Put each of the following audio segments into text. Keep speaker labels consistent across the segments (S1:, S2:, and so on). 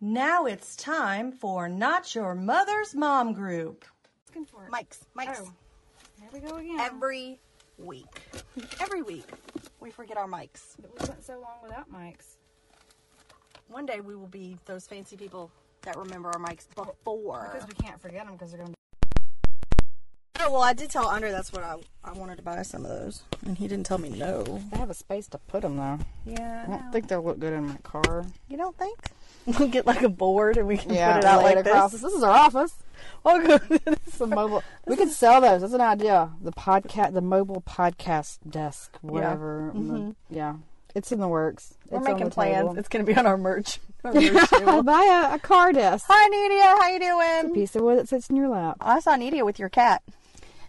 S1: Now it's time for Not Your Mother's Mom Group.
S2: Asking for it.
S3: Mike's, Mike's.
S2: Oh, there we go again.
S3: Every week. Every week, we forget our mics.
S2: we went so long without mics.
S3: One day we will be those fancy people that remember our mics before.
S2: Because we can't forget them because they're going to
S3: Oh, well, I did tell Under that's what I, I wanted to buy some of those, and he didn't tell me no.
S2: They have a space to put them, though.
S3: Yeah.
S2: I don't think they'll look good in my car.
S3: You don't think? We'll get like a board and we can put it
S2: lay
S3: out like
S2: across
S3: this.
S2: us. is our office.
S3: Welcome.
S2: It's a mobile. we could sell those. That's an idea. The podcast, the mobile podcast desk, whatever. Yeah, yeah. it's in the works.
S3: Mm-hmm. We're
S2: It's on
S3: making
S2: the
S3: plans.
S2: table.
S3: It's going to be on our merch. Our merch
S2: I'll
S3: table.
S2: buy a, a car desk.
S3: Hi, Nadia. How you doing?
S2: Piece of wood that sits in your lap.
S3: I saw Nadia with your cat.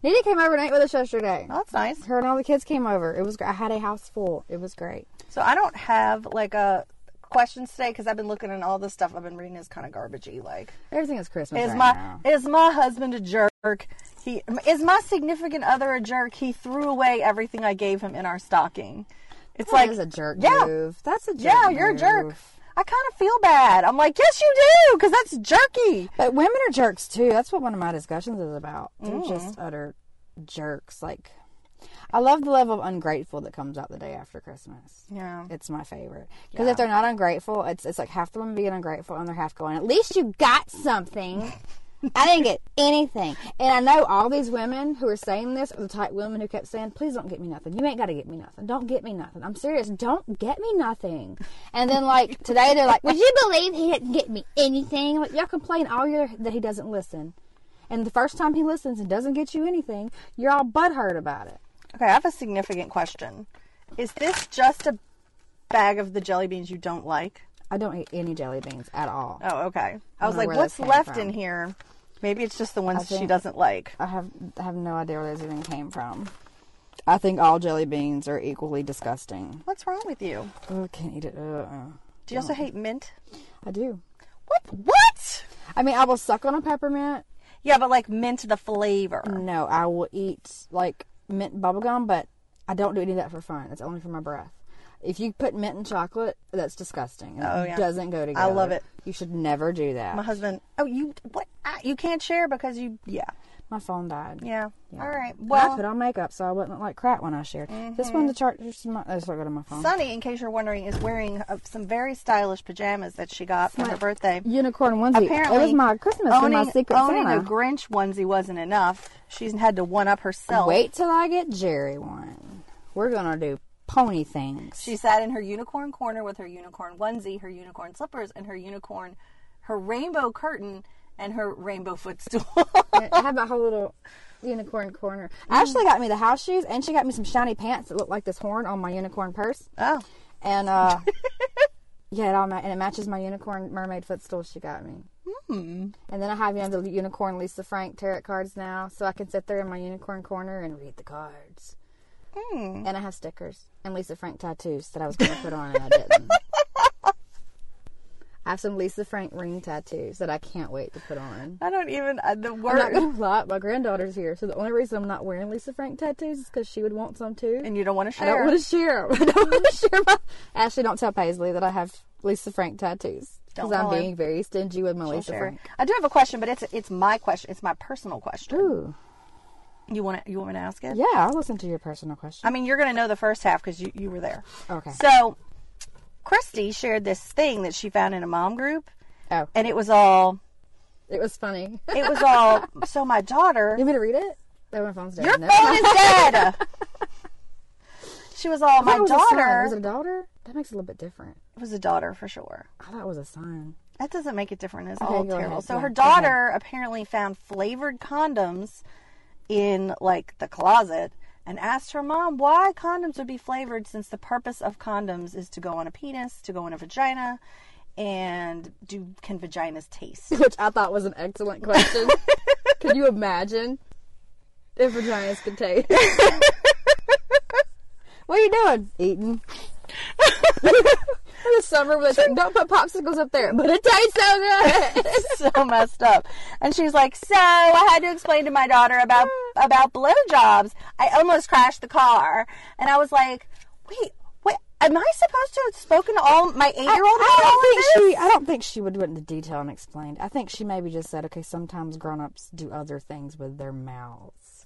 S2: Nita came overnight with us yesterday.
S3: Oh, that's nice.
S2: Her and all the kids came over. It was. gr- I had a house full. It was great.
S3: So I don't have like a questions today because I've been looking and all this stuff I've been reading is kind of garbagey. Like,
S2: Everything is Christmas.
S3: is
S2: right
S3: my
S2: now.
S3: is my husband a jerk? He is my significant other a jerk? He threw away everything I gave him in our stocking. It's
S2: That
S3: like
S2: is a jerk
S3: yeah.
S2: move. That's a jerk
S3: yeah, you're a jerk.
S2: move.
S3: I kind of feel bad. I'm like, yes, you do, because that's jerky.
S2: But women are jerks too. That's what one of my discussions is about. They're
S3: Mm.
S2: just utter jerks. Like, I love the level of ungrateful that comes out the day after Christmas.
S3: Yeah.
S2: It's my favorite because if they're not ungrateful, it's it's like half the women being ungrateful and they're half going. At least you got something. I didn't get anything, and I know all these women who are saying this are the type women who kept saying, "Please don't get me nothing. You ain't got to get me nothing. Don't get me nothing. I'm serious. Don't get me nothing." And then like today they're like, "Would you believe he didn't get me anything?" I'm like y'all complain all year that he doesn't listen, and the first time he listens and doesn't get you anything, you're all butthurt about it.
S3: Okay, I have a significant question. Is this just a bag of the jelly beans you don't like?
S2: I don't eat any jelly beans at all.
S3: Oh, okay. I was
S2: know
S3: like,
S2: where
S3: what's
S2: this came
S3: left
S2: from.
S3: in here? Maybe it's just the ones she
S2: think-
S3: doesn't like.
S2: I have I have no idea where those even came from. I think all jelly beans are equally disgusting.
S3: What's wrong with you?
S2: Oh, can't eat it. Uh-uh.
S3: Do you also hate mint?
S2: I do.
S3: What? What?
S2: I mean, I will suck on a peppermint.
S3: Yeah, but like mint the flavor.
S2: No, I will eat like mint bubblegum, but I don't do any of that for fun. It's only for my breath. If you put mint and chocolate, that's disgusting. and
S3: Oh,
S2: it
S3: yeah.
S2: doesn't go together.
S3: I love it.
S2: You should never do that.
S3: My
S2: My,
S3: husband. Oh, you what? I, you can't share because you. Yeah.
S2: phone died.
S3: Yeah.
S2: Yeah.
S3: All right.
S2: And I
S3: Well, Mm-hmm.
S2: put on makeup so I wouldn't look like crap when I shared. This one, the charger's my. Let's look at my phone.
S3: Sunny, in case you're wondering, is wearing uh, some very stylish pajamas that she got for her birthday.
S2: Unicorn onesie.
S3: Apparently,
S2: it was my Christmas
S3: owning,
S2: and my secret
S3: owning
S2: Santa.
S3: a Grinch onesie wasn't enough. She's had to one up herself.
S2: Wait till I get Jerry one. We're gonna do pony things.
S3: She sat in her unicorn corner with her unicorn onesie, her unicorn slippers, and her unicorn, her rainbow curtain, and her rainbow footstool.
S2: I have my whole little unicorn corner. Ashley got me the house shoes, and she got me some shiny pants that look like this horn on my unicorn purse.
S3: oh.
S2: And uh, yeah, it all ma- and it matches my unicorn mermaid footstool she got me. And then I have you know, the unicorn Lisa Frank tarot cards now, so I can sit there in my unicorn corner and read the cards. And I have stickers and Lisa Frank tattoos that I was going to put on and I didn't. I have some Lisa Frank ring tattoos that I can't wait to put on.
S3: I don't even. Uh, the
S2: I'm not
S3: word.
S2: gonna lie, my granddaughter's here, so the only reason I'm not wearing Lisa Frank tattoos is because she would want some too.
S3: And you don't want to
S2: I
S3: share. Mm-hmm.
S2: don't want to share 'em. I don't want to share my. Ashley, don't tell Paisley that I have Lisa Frank tattoos
S3: Don't
S2: because I'm
S3: tell her.
S2: being very stingy with my Lisa
S3: Sure.
S2: Frank.
S3: I do have a question, but it's it's my question. It's my personal question.
S2: Ooh,
S3: You want to, you want me to ask it?
S2: yeah, I'll listen to your personal question.
S3: I mean, you're going to know the first half because you, you were there.
S2: Okay.
S3: So, Christy shared this thing that she found in a mom group,
S2: Oh,
S3: and it was all
S2: it was funny. you
S3: it was all. so my daughter,
S2: want me to read it? Oh, my phone's dead.
S3: your
S2: No.
S3: phone is dead. she was all
S2: I thought
S3: my
S2: it was a son.
S3: daughter.
S2: Was it a daughter? That makes it a little bit different.
S3: it was a daughter for sure.
S2: I thought it was a son.
S3: That doesn't make it different. It's
S2: Okay,
S3: all
S2: go
S3: terrible.
S2: ahead.
S3: So
S2: Yeah,
S3: her
S2: go ahead.
S3: daughter apparently found flavored condoms in like the closet and asked her mom why condoms would be flavored since the purpose of condoms is to go on a penis, to go on a vagina, and do can vaginas taste?
S2: Which I thought was an excellent question. Can you imagine if vaginas could taste? what are you doing? Eating. In the summer, but don't put popsicles up there. But it tastes so good.
S3: so messed up. And she's like, "So I had to explain to my daughter about about blowjobs. I almost crashed the car." And I was like, "Wait, what? Am I supposed to have spoken to all my eight year old?
S2: I don't think she. I don't think she would went into detail and explained. I think she maybe just said, okay, sometimes grown-ups do other things with their mouths.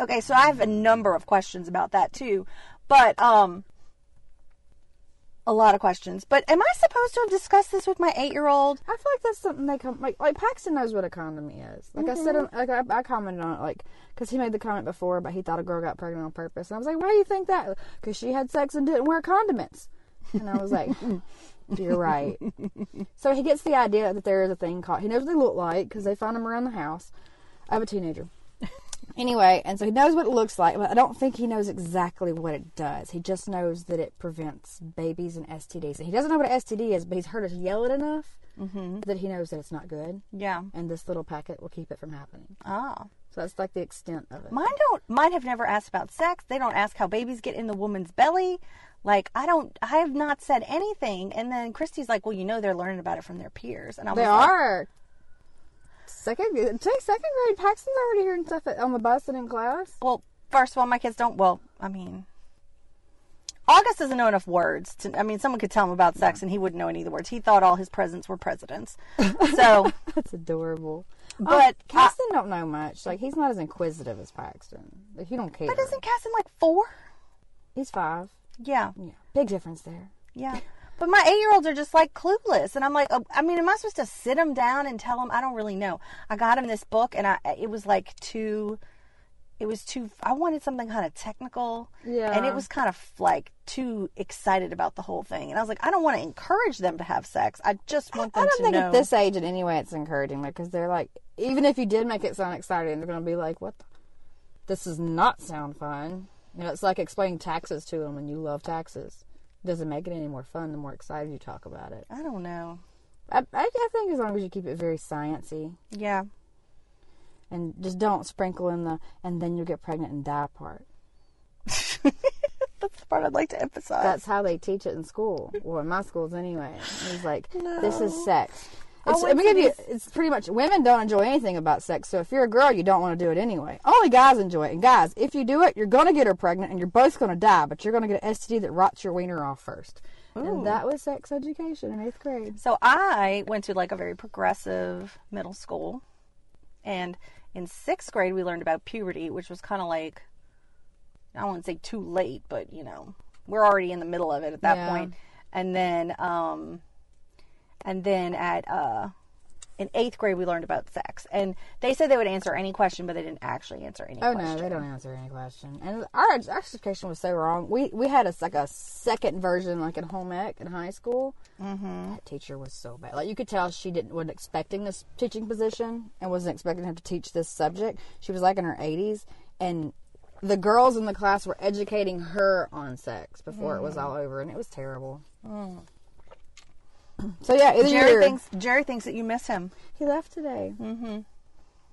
S3: okay, so I have a number of questions about that too, but um, a lot of questions. But am I supposed to have discussed this with my eight-year-old?
S2: I feel like that's something they come like. Like Paxton knows what a condom is. Like I said, on- like I, I commented on it, like because he made the comment before, but he thought a girl got pregnant on purpose, and I was like, why do you think that? Because she had sex and didn't wear condiments, and I was like. You're right. so he gets the idea that there is a thing called. He knows what they look like because they find them around the house of a teenager. Anyway, and so he knows what it looks like, but I don't think he knows exactly what it does. He just knows that it prevents babies and STDs. And he doesn't know what an STD is, but he's heard us yell it enough
S3: Mm-hmm.
S2: that he knows that it's not good.
S3: Yeah.
S2: And this little packet will keep it from happening.
S3: Oh.
S2: So that's like the extent of it.
S3: Mine don't. Mine have never asked about sex. They don't ask how babies get in the woman's belly. Like I don't. I have not said anything. And then Christy's like, "Well, you know, they're learning about it from their peers." And I'm
S2: They
S3: like,
S2: are. Second, take second grade. Paxton's already hearing stuff at, on the bus and in class.
S3: Well, first of all, my kids don't. Well, I mean, August doesn't know enough words. To, I mean, someone could tell him about sex, and he wouldn't know any of the words. He thought all his presents were presidents. So,
S2: That's adorable.
S3: But
S2: oh, Paxton don't know much. Like he's not as inquisitive as Paxton. Like, he don't care.
S3: but isn't Casson like four?
S2: he's five.
S3: Yeah,
S2: Yeah, big difference there.
S3: yeah. But my eight-year-olds are just like clueless, and I'm like, oh, I mean, am I supposed to sit him down and tell him? I don't really know. I got him this book, and I it was like too. It was too. I wanted something kind of technical, and
S2: Yeah.
S3: it was kind of like too excited about the whole thing. And I was like, I don't want to encourage them to have sex. I just want them
S2: I don't
S3: to
S2: think
S3: know.
S2: at this age in any way it's encouraging because they're like, even if you did make it sound exciting, they're going to be like, what? The? This does not sound fun. You know, it's like explaining taxes to them and you love taxes. doesn't make it any more fun the more excited you talk about it.
S3: I don't know.
S2: I, I, I think as long as you keep it very sciencey
S3: Yeah.
S2: and just don't sprinkle in the and then you'll get pregnant and die part.
S3: That's the part I'd like to emphasize.
S2: That's how they teach it in school, or in my schools anyway. It's like this is sex. It's,
S3: went
S2: we
S3: to
S2: give you, it's pretty much women don't enjoy anything about sex. So if you're a girl, you don't want to do it anyway. Only guys enjoy it. And guys, if you do it, you're gonna get her pregnant, and you're both gonna die. But you're gonna get an STD that rots your wiener off first. And that was sex education in eighth grade.
S3: so I went to like a very progressive middle school. And in sixth grade, we learned about puberty, which was kind of like, I wouldn't say too late, but you know, we're already in the middle of it at that
S2: Yeah.
S3: point. And then, um, and then at, uh, in eighth grade, we learned about sex, and they said they would answer any question, but they didn't actually answer any
S2: Oh
S3: question.
S2: no, they don't answer any question. And our ex- education was so wrong. We we had a, like a second version, like in home ec in high school. Mm-hmm. That teacher was so bad. Like you could tell she didn't wasn't expecting this teaching position and wasn't expecting her to teach this subject. She was like in her eighties, and the girls in the class were educating her on sex before it was all over, and it was terrible. So yeah, either
S3: Jerry
S2: you're-
S3: thinks Jerry thinks that you miss him.
S2: he left today. Mm-hmm.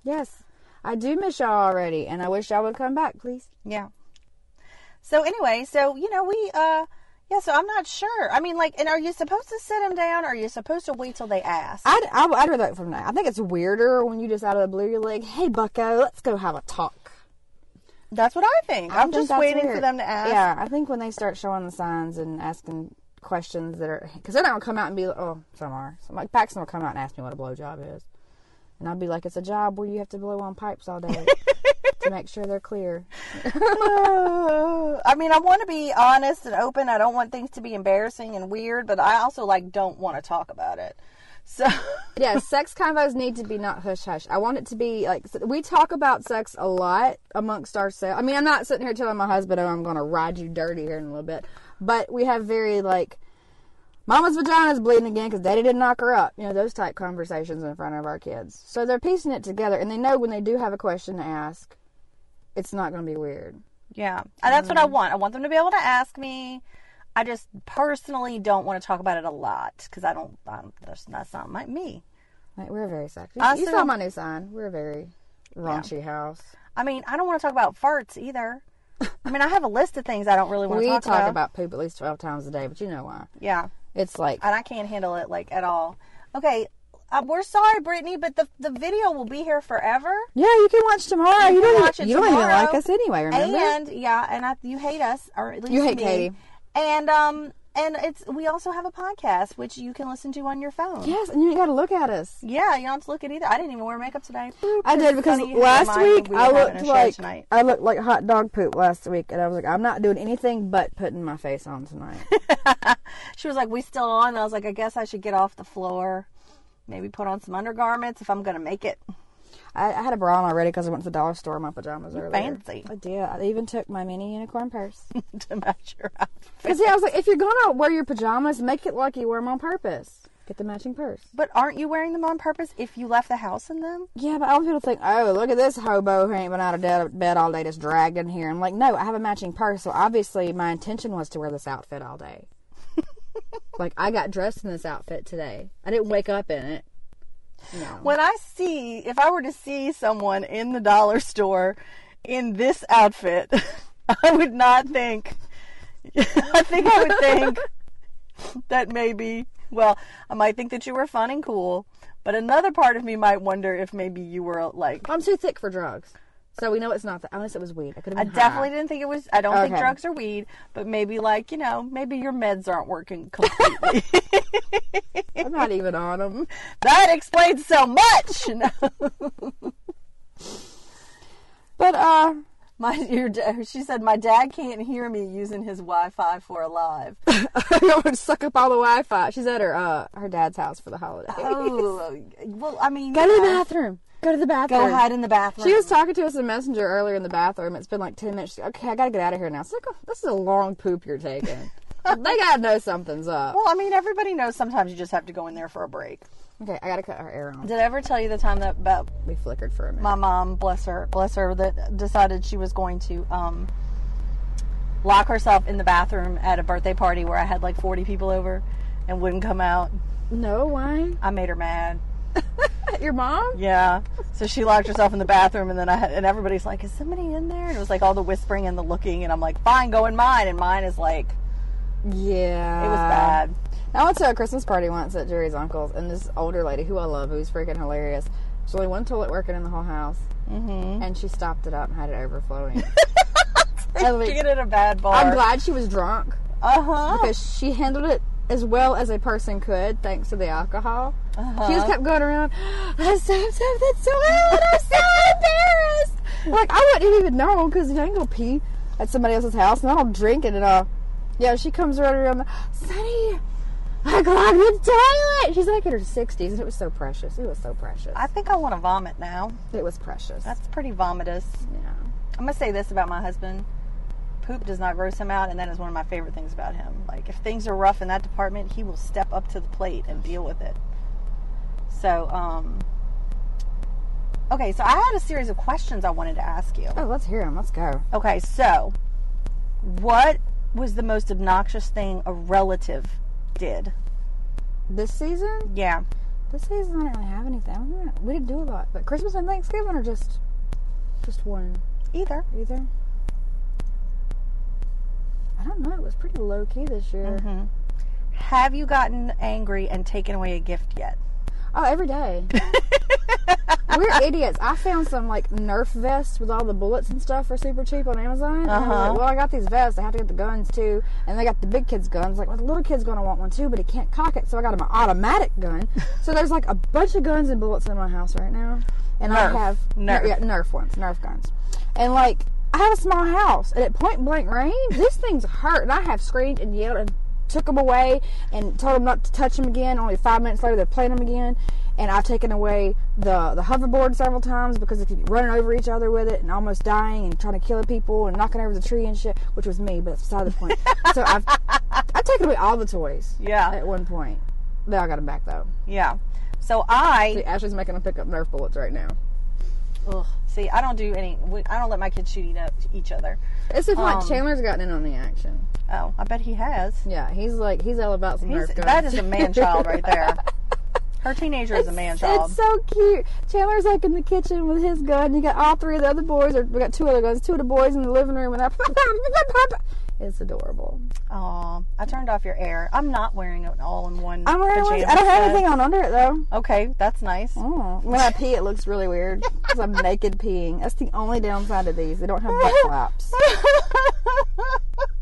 S2: Yes, I do miss y'all already, and I wish y'all would come back, please.
S3: Yeah. So anyway, so you know we uh yeah, so I'm not sure. I mean like and are you supposed to sit them down or are you supposed to wait till they ask?
S2: I'd, I, would i would rather it from that. I think it's weirder when you just out of the blue, you're like, hey, bucko, let's go have a talk.
S3: That's what I think.
S2: I
S3: I'm
S2: think
S3: just
S2: that's
S3: waiting for
S2: weird.
S3: them to ask.
S2: Yeah, I think when they start showing the signs and asking questions that are, because they're not going to come out and be like, oh, some are. So like, Paxton will come out and ask me what a blowjob is. And I'll be like, it's a job where you have to blow on pipes all day to make sure they're clear.
S3: Uh, I mean, I want to be honest and open. I don't want things to be embarrassing and weird, but I also like don't want to talk about it. So
S2: yeah, sex convos need to be not hush hush. I want it to be like s- we talk about sex a lot amongst ourselves. I mean, I'm not sitting here telling my husband, "Oh, I'm going to ride you dirty here in a little bit," but we have very like, "Mama's vagina's bleeding again because Daddy didn't knock her up." You know, those type conversations in front of our kids. So they're piecing it together, and they know when they do have a question to ask, it's not going to be weird.
S3: yeah, and that's what
S2: Mm-hmm.
S3: I want. I want them to be able to ask me. I just personally don't want to talk about it a lot because I don't. I'm, that's that's not my me.
S2: Like we're very sexy.
S3: I see
S2: You saw
S3: them-
S2: my new sign. We're a very raunchy house.
S3: I mean, I don't want to talk about farts either. I mean, I have a list of things I don't really want
S2: We
S3: to
S2: talk
S3: talk,
S2: about. poop at least twelve times a day, but you know why?
S3: Yeah,
S2: It's like
S3: and I can't handle it like at all. Okay, Uh, we're sorry, Brittany, but the, the video will be here forever.
S2: Yeah, you can watch tomorrow. You,
S3: You can
S2: don't,
S3: watch it
S2: you don't even
S3: tomorrow.
S2: like us anyway, remember?
S3: And yeah, and I, you hate us, or at least
S2: You hate
S3: me.
S2: Katie.
S3: And um, and it's we also have a podcast which you can listen to on your phone.
S2: yes, and you ain't got to look at us.
S3: Yeah, you don't have to look at either. I didn't even wear makeup today.
S2: I did because
S3: Funny,
S2: last
S3: remind me
S2: week
S3: we were
S2: I
S3: having
S2: looked
S3: a show
S2: like
S3: tonight.
S2: I looked like hot dog poop last week, and I was like, I'm not doing anything but putting my face on tonight.
S3: She was like, "We still on?" I was like, "I guess I should get off the floor, maybe put on some undergarments if I'm gonna make it."
S2: I, I had a bra on already because I went to the dollar store in my pajamas earlier.
S3: fancy.
S2: I did. I even took my mini unicorn purse.
S3: to match your outfit.
S2: Because yeah, I was like, if you're gonna wear your pajamas, make it like you wear them on purpose. Get the matching purse.
S3: But aren't you wearing them on purpose if you left the house in them?
S2: Yeah, but I want people to think, oh, look at this hobo who ain't been out of de- bed all day, just dragged in here. I'm like, no, I have a matching purse, so obviously my intention was to wear this outfit all day. like I got dressed in this outfit today. I didn't wake up in it. No.
S3: When I see, if I were to see someone in the dollar store in this outfit, I would not think. I think I would think that maybe, well, I might think that you were fun and cool, but another part of me might wonder if maybe you were like.
S2: I'm too thick for drugs, so we know it's not that. Unless it was weed, I could
S3: I
S2: have.
S3: definitely didn't think it was. I don't think
S2: Uh-huh. Okay.
S3: drugs are weed, but maybe like you know, maybe your meds aren't working completely.
S2: I'm not even on them.
S3: that explains so much. No.
S2: But uh,
S3: My your da- she said my dad can't hear me using his Wi-Fi for a live.
S2: I would suck up all the Wi-Fi. She's at her uh her dad's house for the holiday.
S3: Oh, well, I mean,
S2: Go to
S3: you
S2: the
S3: know,
S2: bathroom. Go to the bathroom.
S3: Go hide in the bathroom.
S2: She was talking to us in Messenger earlier in the bathroom. It's been like 10 minutes. She's like, okay, I gotta get out of here now. It's like, oh, this is a long poop you're taking. they gotta know something's up.
S3: Well, I mean, everybody knows sometimes you just have to go in there for a break.
S2: Okay, I gotta cut her air on.
S3: Did I ever tell you the time that about
S2: We flickered for a minute.
S3: my mom, bless her, bless her, that decided she was going to um, lock herself in the bathroom at a birthday party where I had like 40 people over and wouldn't come out?
S2: No, why?
S3: I made her mad.
S2: Your mom?
S3: Yeah. So she locked herself in the bathroom, and then I had, and everybody's like, "Is somebody in there?" And it was like all the whispering and the looking, and I'm like, "Fine, go in mine." And mine is like,
S2: Yeah.
S3: it was
S2: Uh,
S3: bad.
S2: I went to a Christmas party once at Jerry's uncle's, and this older lady who I love, who's freaking hilarious, there's only one toilet working in the whole house, mm-hmm. and she stopped it up and had it overflowing. I was
S3: She did
S2: like,
S3: it at a bad bar.
S2: I'm glad she was drunk.
S3: Uh huh.
S2: because she handled it as well as a person could thanks to the alcohol. She just kept going around. I stopped something so loud. I'm so embarrassed. Like I wouldn't even know because you know, I ain't gonna pee at somebody else's house and I don't drink it at all. Yeah, she comes right around. Sunny, I clogged the toilet. She's like in her sixties, and it was so precious. It was so precious.
S3: I think I want to vomit now.
S2: it was precious.
S3: That's pretty vomitous.
S2: yeah.
S3: I'm gonna say this about my husband: poop does not gross him out, and that is one of my favorite things about him. Like if things are rough in that department, he will step up to the plate and deal with it. So, um, okay. So I had a series of questions I wanted to ask you.
S2: Oh, let's hear him. Let's go.
S3: Okay, so what was the most obnoxious thing a relative did?
S2: This season,
S3: Yeah.
S2: this season I didn't really have anything. I don't know. We didn't do a lot, but Christmas and Thanksgiving are just, just one.
S3: Either.
S2: either. I don't know. It was pretty low key this year.
S3: Mm-hmm. Have you gotten angry and taken away a gift yet?
S2: Oh, every day. We're idiots. I found some like Nerf vests with all the bullets and stuff for super cheap on Amazon. And I was like,
S3: Uh-huh.
S2: well, I got these vests. I have to get the guns too, and they got the big kid's guns. Like, well, the little kid's gonna want one too, but he can't cock it, so I got him an automatic gun. so there's like a bunch of guns and bullets in my house right now, and
S3: Nerf.
S2: I have
S3: Nerf.
S2: yeah, Nerf ones, Nerf guns, and like I have a small house, and at point blank range, this thing's hurt, and I have screamed and yelled and took them away and told them not to touch them again. Only five minutes later, they're playing them again, and I've taken away the the hoverboard several times because they keep running over each other with it and almost dying and trying to kill people and knocking over the tree and shit, which was me, but that's beside the point. so I've I've taken away all the toys.
S3: Yeah.
S2: At one point, they all got them back though.
S3: Yeah. So I
S2: See, Ashley's making them pick up Nerf bullets right now.
S3: ugh, see. I don't do any. we- I don't let my kids shoot eat up- each other.
S2: It's if like
S3: Um,
S2: Chandler's gotten in on the action.
S3: Oh, I bet he has.
S2: Yeah, he's like he's all about some
S3: He's,
S2: Nerf guns.
S3: that is a man child right there. Her teenager is a man child.
S2: It's so cute. Chandler's like in the kitchen with his gun. You got all three of the other boys, or we got two other guns, two of the boys in the living room, and I. It's adorable.
S3: Aw, I turned off your air. I'm not wearing an all-in-one.
S2: I'm wearing one. I don't
S3: pajama set.
S2: have anything on under it though.
S3: Okay, that's nice.
S2: Oh, when I pee, it looks really weird because I'm naked peeing. That's the only downside of these. They don't have butt flaps.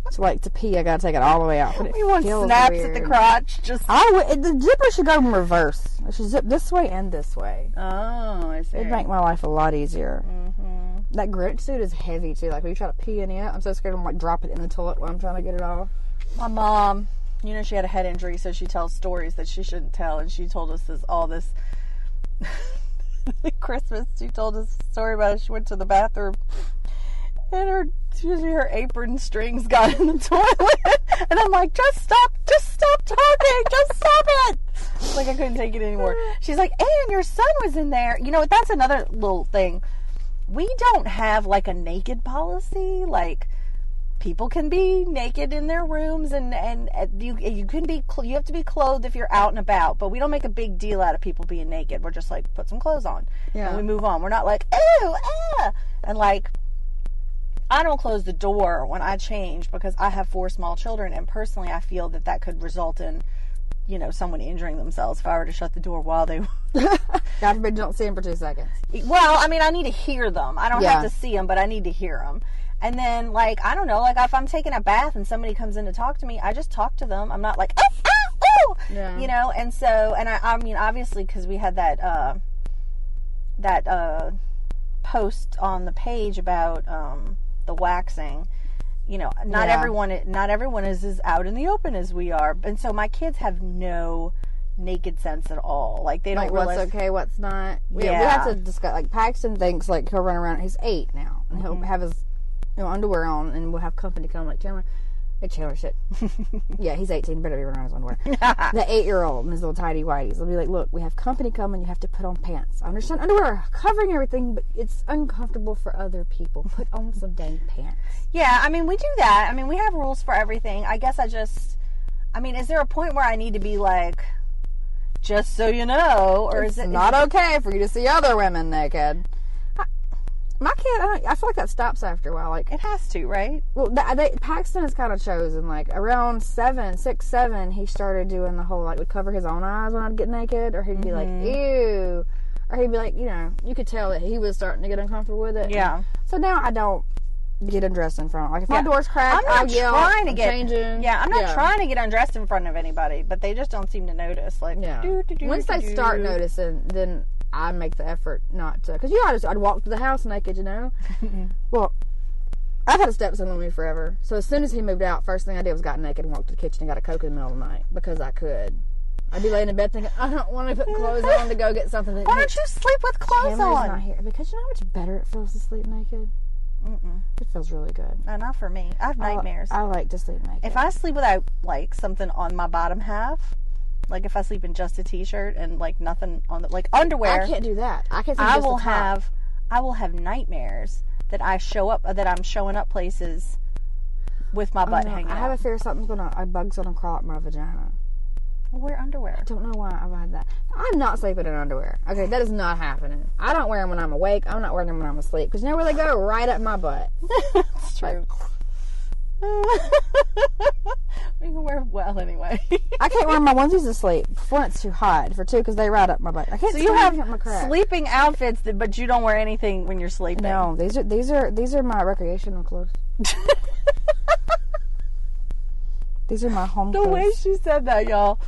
S2: So like to pee, I gotta take it all the way out. But it
S3: we want
S2: feels
S3: snaps at the
S2: weird. Oh.
S3: crotch. Just
S2: I would- it- the zipper should go in reverse. It should zip this way and this way.
S3: oh, I see.
S2: It'd make my life a lot easier. That Grinch suit is heavy too. Like when you try to pee in it, I'm so scared I'm like drop it in the toilet while I'm trying to get it off.
S3: My mom, you know, she had a head injury, so she tells stories that she shouldn't tell, and she told us this all this Christmas. She told us a story about how she went to the bathroom, and her excuse me, her apron strings got in the toilet, and I'm like, just stop, just stop talking, just stop it. Like I couldn't take it anymore. She's like, and your son was in there. You know, what? that's another little thing. We don't have like a naked policy, like people can be naked in their rooms and and uh, you you can be cl- you have to be clothed if you're out and about but we don't make a big deal out of people being naked we're just like put some clothes on
S2: Yeah.
S3: and we move on we're not like oh ah and like I don't close the door when I change because I have four small children and personally I feel that that could result in you know someone injuring themselves if I were to shut the door while they
S2: God forbid you don't see him for two seconds.
S3: well, I mean, I need to hear them. I don't
S2: Yeah.
S3: have to see them, but I need to hear them. And then, like, I don't know, like, if I'm taking a bath and somebody comes in to talk to me, I just talk to them. I'm not like, oh, oh, oh,
S2: Yeah.
S3: you know. And so, and I, I mean, obviously, because we had that, uh, that uh, post on the page about um, the waxing. You know, not
S2: Yeah.
S3: everyone, not everyone is as out in the open as we are, and so my kids have no naked sense at all. Like, they don't
S2: Like
S3: realize.
S2: what's okay, what's not. We, we
S3: Yeah.
S2: have to discuss. Like Paxton thinks like he'll run around. He's eight now, and
S3: Mm-hmm.
S2: he'll have his you know, underwear on, and we'll have company come like Chandler. Hey Chandler, shit. yeah, he's eighteen. Better be running around his underwear. the eight-year-old and his little tidy whities. They'll be like, "Look, we have company coming. You have to put on pants. I understand underwear covering everything, but it's uncomfortable for other people. Put on some dang pants."
S3: Yeah, I mean, we do that. I mean, we have rules for everything. I guess I just, I mean, is there a point where I need to be like, just so you know, or is it
S2: it's not okay for you to see other women naked? I- My kid, I, don't, I feel like that stops after a while. Like
S3: It has to, right?
S2: Well, th they, Paxton has kind of chosen. Like around seven, six, seven, he started doing the whole like would cover his own eyes when I'd get naked, or he'd be like,
S3: Mm-hmm.
S2: "Ew," or he'd be like, you know, you could tell that he was starting to get uncomfortable with it.
S3: Yeah.
S2: So now I don't get undressed in front. Like if my
S3: Yeah.
S2: door's cracked,
S3: I'm not
S2: I yell.
S3: trying to
S2: I'm
S3: get.
S2: changing.
S3: Yeah, I'm not trying to get undressed in front of anybody, but they just don't seem to notice. Like,
S2: Yeah.
S3: doo, doo, doo,
S2: Once
S3: doo,
S2: they
S3: doo.
S2: start noticing, then I make the effort not to. Because, you know, I just, I'd walk to the house naked, you know? well, I've had a stepson with me forever. So as soon as he moved out, first thing I did was got naked and walked to the kitchen and got a Coke in the middle of the night because I could. I'd be laying in bed thinking, I don't want to put clothes on to go get something.
S3: Why don't you sleep with clothes on?
S2: not here. Because you know how much better it feels to sleep naked?
S3: Mm-mm.
S2: It feels really good.
S3: No, not for me. I have
S2: I-
S3: nightmares.
S2: I, like to sleep naked.
S3: if I sleep without like something on my bottom half, like if I sleep in just a t-shirt and like nothing on the like underwear,
S2: I can't do that. I can't sleep
S3: I
S2: just the
S3: will
S2: top.
S3: have I will have nightmares that I show up that I'm showing up places with my butt
S2: Oh, No,
S3: hanging.
S2: I have a
S3: out.
S2: fear something's gonna a bug's gonna crawl up my vagina.
S3: Well, wear underwear.
S2: Don't know why I've had that. I'm not sleeping in underwear. Okay, that is not happening. I don't wear them when I'm awake. I'm not wearing them when I'm asleep because you know where they go? Right up my butt.
S3: That's true. we can wear well anyway.
S2: I can't wear my onesies to sleep. For one, it's too hot. For two, because they ride up my butt. I can't.
S3: so you
S2: stand up my
S3: have
S2: crack.
S3: sleeping outfits, that, but you don't wear anything when you're sleeping.
S2: No, these are these are these are my recreational clothes. These are my home
S3: The way
S2: clothes.
S3: she said that, y'all,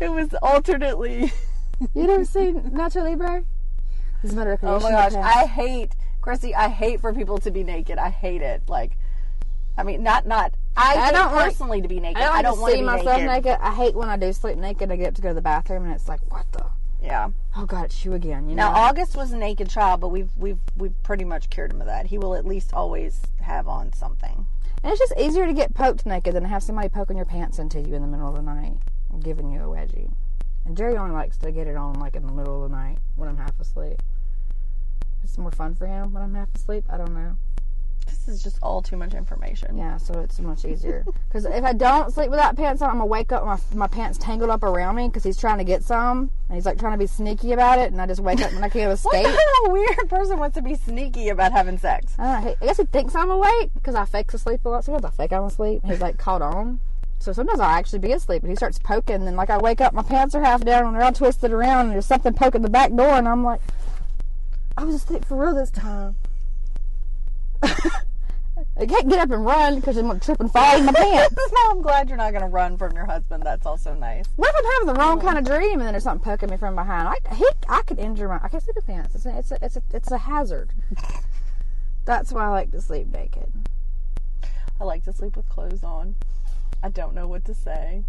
S3: it was alternately.
S2: You never seen Nacho Libre? This is my
S3: Oh
S2: recreational
S3: my gosh,
S2: pants.
S3: I hate Chrissy. I hate for people to be naked. I hate it. Like, I mean, not not. I, hate
S2: don't like-
S3: personally to be naked.
S2: I don't, like
S3: want
S2: to see myself naked. I hate when I do sleep naked. I get up to go to the bathroom and it's like, what the?
S3: Yeah.
S2: Oh God, it's you again. You
S3: Now
S2: know.
S3: August was a naked child, but we've we've we've pretty much cured him of that. He will at least always have on something.
S2: And it's just easier to get poked naked than to have somebody poking your pants into you in the middle of the night and giving you a wedgie. And Jerry only likes to get it on like in the middle of the night when I'm half asleep. It's more fun for him when I'm half asleep. I don't know.
S3: This is just all too much information.
S2: Yeah, so it's much easier. Because if I don't sleep without pants on, I'm gonna wake up with my my pants tangled up around me because he's trying to get some, and he's like trying to be sneaky about it, and I just wake up and I can't
S3: What
S2: escape.
S3: the hell weird person wants to be sneaky about having sex?
S2: I, don't know, Uh, he- I guess he thinks I'm awake because I fake asleep a lot. Sometimes I fake I'm asleep. He's like caught on. So sometimes I'll actually be asleep, and he starts poking. And then like I wake up, my pants are half down, and they're all twisted around, and there's something poking the back door, and I'm like, I was asleep for real this time. I can't get up and run because I'm gonna trip and fall in my pants.
S3: well, I'm glad you're not gonna run from your husband. That's also nice.
S2: What if I'm having the wrong kind of dream and then there's something poking me from behind? I he, I could injure my I can't sleep with pants. It's a, it's a, it's a, it's a hazard. That's why I like to sleep naked.
S3: I like to sleep with clothes on. I don't know what to say.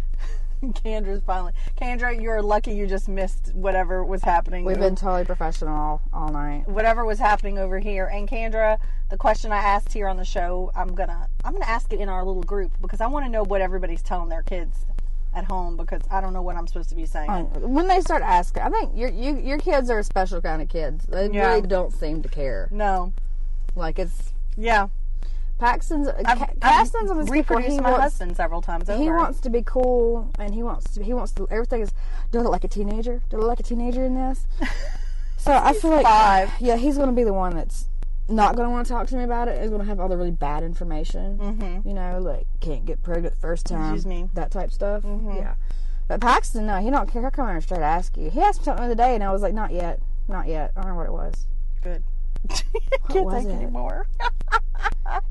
S3: Kendra's finally. Kendra, you're lucky you just missed whatever was happening.
S2: We've been totally professional all, all night.
S3: whatever was happening over here. And Kendra, the question I asked here on the show, I'm gonna I'm gonna ask it in our little group because I want to know what everybody's telling their kids at home because I don't know what I'm supposed to be saying.
S2: When they start asking, I think your you, your kids are a special kind of kids. They
S3: Yeah.
S2: really don't seem to care.
S3: No.
S2: Like it's
S3: Yeah.
S2: Paxton's.
S3: I've,
S2: Ca-
S3: I've
S2: Paxton's on this people. He
S3: reproduced my
S2: wants
S3: husband several times over.
S2: He wants to be cool, and he wants to. He wants to. Everything is. Do I look like a teenager? Do I look like a teenager in this? So I feel like
S3: five.
S2: Yeah, he's going to be the one that's not going to want to talk to me about it. Is going to have all the really bad information. Mm-hmm. You know, like can't get pregnant first time.
S3: Excuse me. Mm-hmm.
S2: That type stuff. Yeah. But Paxton, no, he don't care. He'll come in and straight ask you. He asked me something the other day, and I was like, not yet, not yet. I don't know what it was.
S3: good. Can't
S2: was
S3: take
S2: it?
S3: anymore.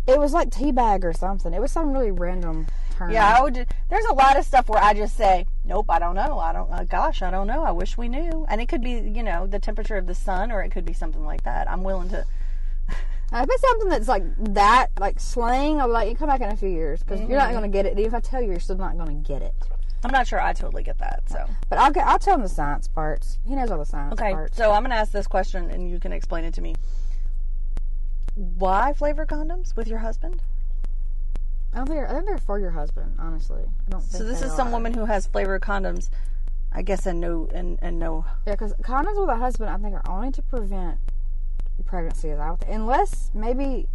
S2: It was like teabag or something. It was some really random term.
S3: Yeah, I would. ju- There's a lot of stuff where I just say, "Nope, I don't know. I don't. Uh, gosh, I don't know. I wish we knew." And it could be, you know, the temperature of the sun, or it could be something like that. I'm willing to.
S2: If it's something that's like that, like slang, I'll be like, you come back in a few years because you're
S3: Mm-hmm.
S2: not going to get it. Even if I tell you, you're still not going to get it.
S3: I'm not sure. I totally get that. So
S2: But I'll get, I'll tell him the science parts. He knows all the science
S3: okay.
S2: parts.
S3: So I'm gonna ask this question, and you can explain it to me. Why flavor condoms with your husband?
S2: I don't think they're, I think they're for your husband. Honestly, I don't.
S3: So
S2: think
S3: this
S2: they
S3: is some
S2: are.
S3: woman who has flavor condoms. I guess and no and and no.
S2: Yeah, because condoms with a husband, I think, are only to prevent pregnancy. Is out unless maybe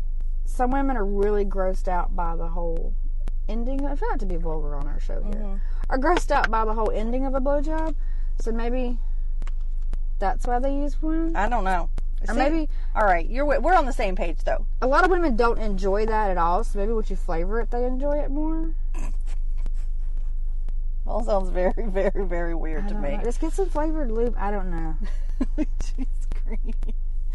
S2: some women are really grossed out by the whole ending. I try not to be vulgar on our show here.
S3: Mm-hmm.
S2: Are grossed out by the whole ending of a blowjob, so maybe that's why they use one.
S3: I don't know.
S2: Or
S3: See?
S2: maybe-
S3: All right, you're we're on the same page though.
S2: a lot of women don't enjoy that at all. So maybe once you flavor it, they enjoy it more.
S3: All sounds very very very weird
S2: I
S3: to
S2: don't
S3: me.
S2: know. Just get some flavored lube. I don't know.
S3: Jeez, green.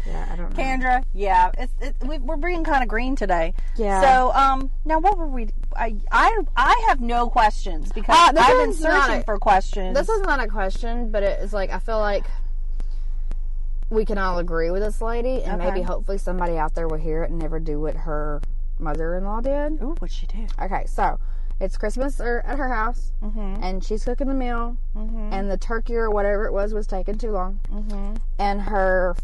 S2: Yeah, I don't know.
S3: Kendra, yeah, it's, it, we, we're being kind of green today.
S2: Yeah.
S3: So, um, now what were we? I, I, I have no questions because
S2: Uh, this
S3: I've been
S2: one's not
S3: searching
S2: a-
S3: for questions.
S2: This is not a question, but it's like I feel like we can all agree with this lady, and
S3: Okay.
S2: maybe hopefully somebody out there will hear it and never do what her mother-in-law did.
S3: Ooh, what'd she do?
S2: Okay, so it's Christmas or at her house, and she's cooking the meal, and the turkey or whatever it was was taking too long, and her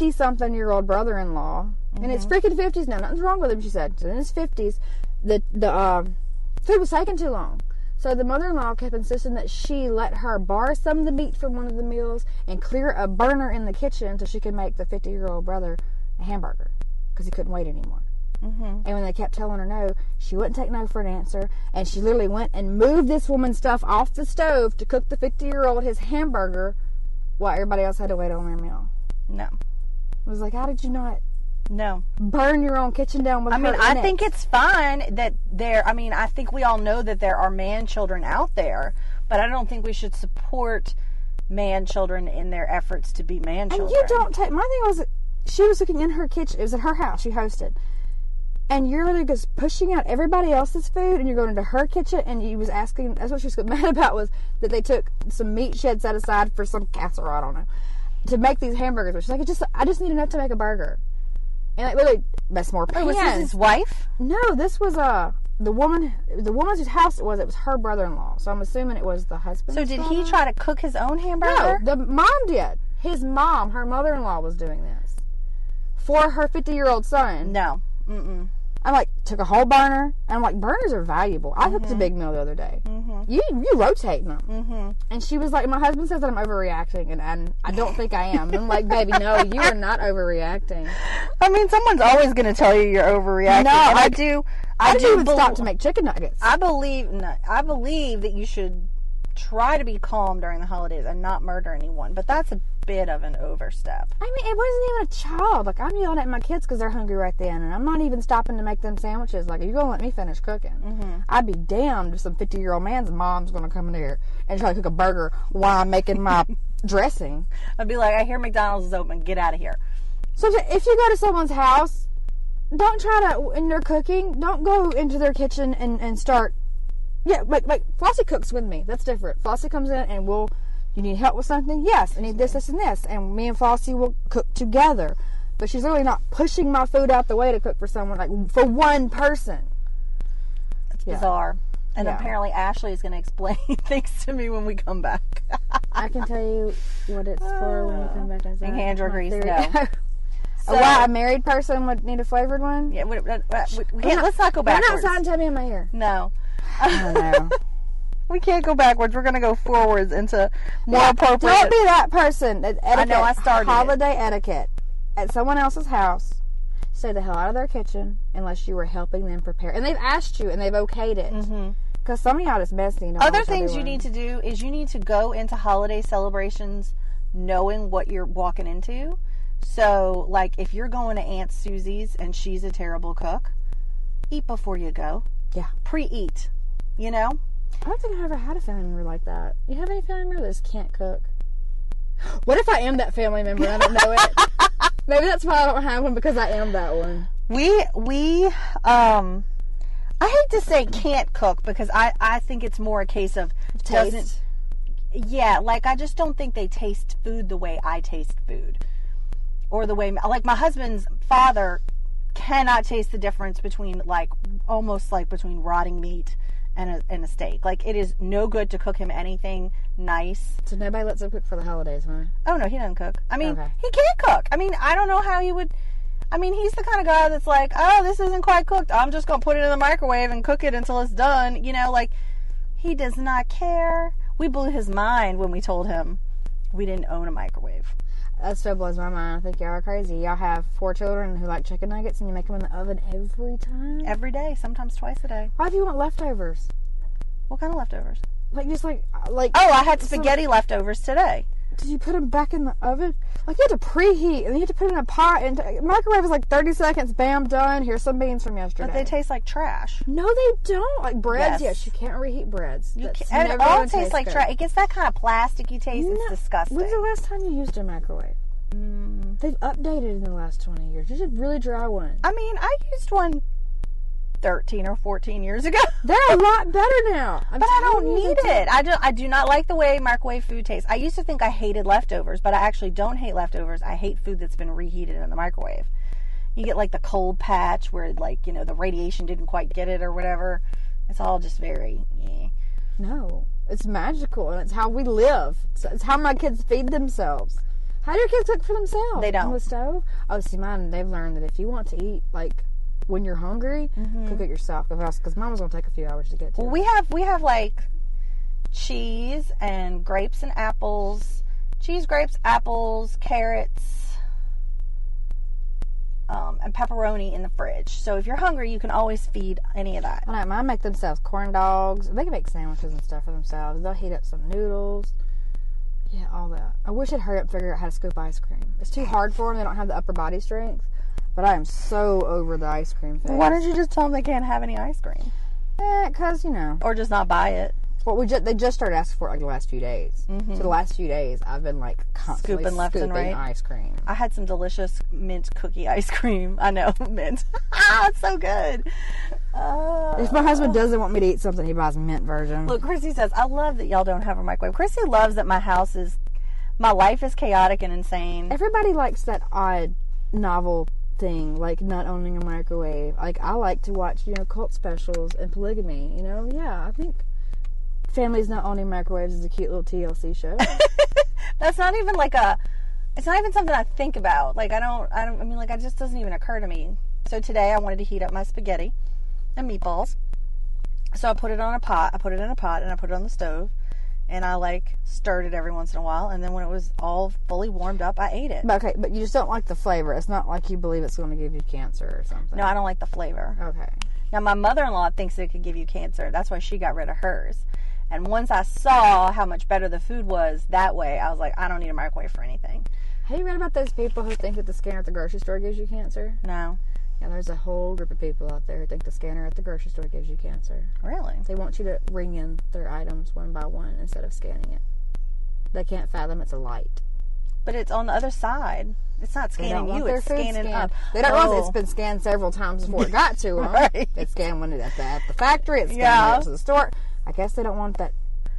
S2: fifty-something-year-old brother-in-law, and it's freaking fifties now. Nothing's wrong with him, she said. So in his fifties, the the um, food was taking too long. So the mother-in-law kept insisting that she let her borrow some of the meat from one of the meals and clear a burner in the kitchen so she could make the fifty-year-old brother a hamburger because he couldn't wait anymore. And when they kept telling her no, she wouldn't take no for an answer. And she literally went and moved this woman's stuff off the stove to cook the 50 year old his hamburger while everybody else had to wait on their meal.
S3: No,
S2: It was like, how did you not
S3: no.
S2: burn your own kitchen down with
S3: I mean,
S2: her
S3: I
S2: in
S3: think
S2: it?
S3: it's fine that there. I mean, I think we all know that there are man children out there, but I don't think we should support man children in their efforts to be man
S2: And
S3: children.
S2: you don't take. My thing was, she was cooking in her kitchen. It was at her house. She hosted. And you're literally just pushing out everybody else's food, and you're going into her kitchen, and you was asking. That's what she was mad about was that they took some meat she had set aside for some casserole. I don't know to make these hamburgers. Which is like, I just I just need enough to make a burger. And like literally, that's more pans.
S3: Wait, Oh, was this his wife?
S2: no, this was uh the woman, the woman's whose house it was. It was her brother-in-law, so I'm assuming it was the husband.
S3: So did he try to cook his own
S2: No,
S3: hamburger?
S2: the mom did. His mom, her mother in law, was doing this for her 50 year old son.
S3: No. Mm-mm.
S2: I like took a whole burner. And I'm like, burners are valuable. I cooked a big meal the other day. You you rotate them. Mm-hmm. And she was like, my husband says that I'm overreacting, and, and I don't think I am. I'm like, baby, no, you are not overreacting.
S3: I mean, someone's always going to tell you you're overreacting.
S2: No,
S3: and I
S2: like,
S3: do.
S2: I
S3: I,
S2: didn't
S3: do
S2: even
S3: bel-
S2: stop to make chicken nuggets.
S3: I believe. No, I believe that you should try to be calm during the holidays and not murder anyone. But that's a bit of an overstep.
S2: I mean, it wasn't even a child. Like I'm yelling at my kids because they're hungry right then, and I'm not even stopping to make them sandwiches. Like, are you gonna let me finish cooking? I'd be damned if some 50 year old man's mom's gonna come in here and try to cook a burger while I'm making my dressing.
S3: I'd be like, I hear McDonald's is open. Get out of here.
S2: So if- if you go to someone's house, don't try to in their cooking. Don't go into their kitchen and and start. Yeah, like like Flossie cooks with me. That's different. Flossie comes in and we'll. You need help with something? Yes. I need this, this, and this. And me and Flossie will cook together. But she's literally not pushing my food out the way to cook for someone, like for one person.
S3: It's
S2: Yeah.
S3: bizarre. And
S2: Yeah.
S3: apparently, Ashley is going to explain things to me when we come back.
S2: I can tell you what it's for when you come back inside.
S3: hand your grease,
S2: no. Why a married person would need a flavored one?
S3: Yeah, we, we, we, we can't, let's not go backwards.
S2: Run outside and tell me in my ear.
S3: no,
S2: I don't know.
S3: we can't go backwards. We're going to go forwards into more appropriate.
S2: Don't be that person. It's Etiquette,
S3: know, I started it.
S2: holiday etiquette at someone else's house. Stay the hell out of their kitchen unless you were helping them prepare, and they've asked you and they've okayed it. Because some of y'all just messy. and don't know
S3: Other
S2: what y'all
S3: things you
S2: doing.
S3: need to do is you need to go into holiday celebrations knowing what you're walking into. So, like, if you're going to Aunt Susie's and she's a terrible cook, eat before you go.
S2: Yeah.
S3: Pre-eat. You know,
S2: I don't think I ever had a family member like that. You have any family member that just can't cook? What if I am that family member? and I don't know it. Maybe that's why I don't have one because I am that one.
S3: we we um. I hate to say can't cook because I I think it's more a case of doesn't
S2: Taste.
S3: Yeah, like I just don't think they taste food the way I taste food. Or the way like my husband's father cannot taste the difference between like almost like between rotting meat and a, and a steak. Like it is no good to cook him anything nice.
S2: So nobody lets them cook for the holidays, huh?
S3: Oh no, he doesn't cook. I mean,
S2: Okay.
S3: he can't cook. I mean, I don't know how he would I mean, he's the kind of guy that's like, "Oh, this isn't quite cooked. I'm just going to put it in the microwave and cook it until it's done." You know, like he does not care. We blew his mind when we told him we didn't own a microwave.
S2: That still blows my mind. I think y'all are crazy. Y'all have four children who like chicken nuggets, and you make them in the oven every time.
S3: Every day, sometimes twice a day.
S2: Why do you want leftovers?
S3: What kind of leftovers?
S2: Like just like like
S3: Oh, I had spaghetti leftovers today.
S2: did you put them back in the oven? Like you had to preheat, and you had to put it in a pot. And microwave is like thirty seconds. Bam, done. Here's some beans from yesterday.
S3: But they taste like trash.
S2: no, they don't. Like
S3: Yes.
S2: breads, yes, you can't reheat breads.
S3: You can,
S2: That's
S3: and it
S2: never
S3: all
S2: gonna
S3: tastes
S2: taste
S3: like
S2: good.
S3: trash. It gets that kind of plasticky taste.
S2: No.
S3: It's disgusting. Mm.
S2: When's the last time you used a microwave? They've updated in the last twenty years. You should really dry one.
S3: I mean, I used one 13 or 14 years ago.
S2: They're a lot better now. I'm
S3: But I
S2: telling
S3: don't
S2: you, they
S3: need
S2: do.
S3: it. I do, I do not like the way microwave food tastes. I used to think I hated leftovers, but I actually don't hate leftovers. I hate food that's been reheated in the microwave. You get like the cold patch where like, you know, the radiation didn't quite get it or whatever. It's all just very eh.
S2: No, it's magical, and it's how we live. It's, it's how my kids feed themselves. How do your kids cook for themselves?
S3: They
S2: on the
S3: don't.
S2: stove. Oh, see, mine they've learned that if you want to eat, like when you're hungry, cook it yourself. Because mama's gonna take a few hours to get to.
S3: Mm-hmm. Well,
S2: it.
S3: we have we have like cheese and grapes and apples. Cheese, grapes, apples, carrots, um, and pepperoni in the fridge. So if you're hungry, you can always feed any of that.
S2: I know, mine make themselves corn dogs. They can make sandwiches and stuff for themselves. They'll heat up some noodles. Yeah, all that. I wish I'd hurry up and figure out how to scoop ice cream. It's too hard for them. They don't have the upper body strength. But I am so over the ice cream thing.
S3: Why don't you just tell them they can't have any ice cream?
S2: Because, you know.
S3: Or just not buy it.
S2: Well, we just they just started asking for it like the last few days. So the last few days, I've been like constantly
S3: Scooping
S2: Mm-hmm. scooping,
S3: left and right.
S2: ice cream.
S3: I had some delicious mint cookie ice cream. I know, mint. ah, it's so good. Uh,
S2: If my husband doesn't want me to eat something, he buys mint version.
S3: look, Chrissy says, I love that y'all don't have a microwave. Chrissy loves that my house is, my life is chaotic and insane.
S2: everybody likes that odd novel thing, like not owning a microwave. Like I like to watch, you know, cult specials and polygamy. You know, yeah, I think families not owning microwaves is a cute little TLC show.
S3: That's not even like a, it's not even something I think about. Like, I don't, I don't, I mean, like, it just doesn't even occur to me So today I wanted to heat up my spaghetti and meatballs. So I put it on a pot. I put it in a pot and I put it on the stove. And I like stirred it every once in a while. And then when it was all fully warmed up, I ate it.
S2: But okay, but you just don't like the flavor. It's not like you believe it's going to give you cancer or something.
S3: No, I don't like the flavor.
S2: Okay.
S3: Now, my mother in law thinks it could give you cancer. That's why she got rid of hers. And once I saw how much better the food was that way, I was like, I don't need a microwave for anything.
S2: Have you read about those people who think that the scanner at the grocery store gives you cancer?
S3: No.
S2: Yeah, there's a whole group of people out there who think the scanner at the grocery store gives you cancer.
S3: Really?
S2: They want you to ring in their items one by one instead of scanning it. They can't fathom it's a light.
S3: But it's on the other side. It's not
S2: They don't
S3: scanning
S2: want
S3: you,
S2: their
S3: it's
S2: food
S3: scanning
S2: scanned.
S3: up.
S2: They don't realize it's
S3: Oh.
S2: been scanned several times before it got to them.
S3: Right.
S2: It's scanned when it at the, at the factory. It's scanned
S3: Yeah.
S2: when it to the store. I guess they don't want that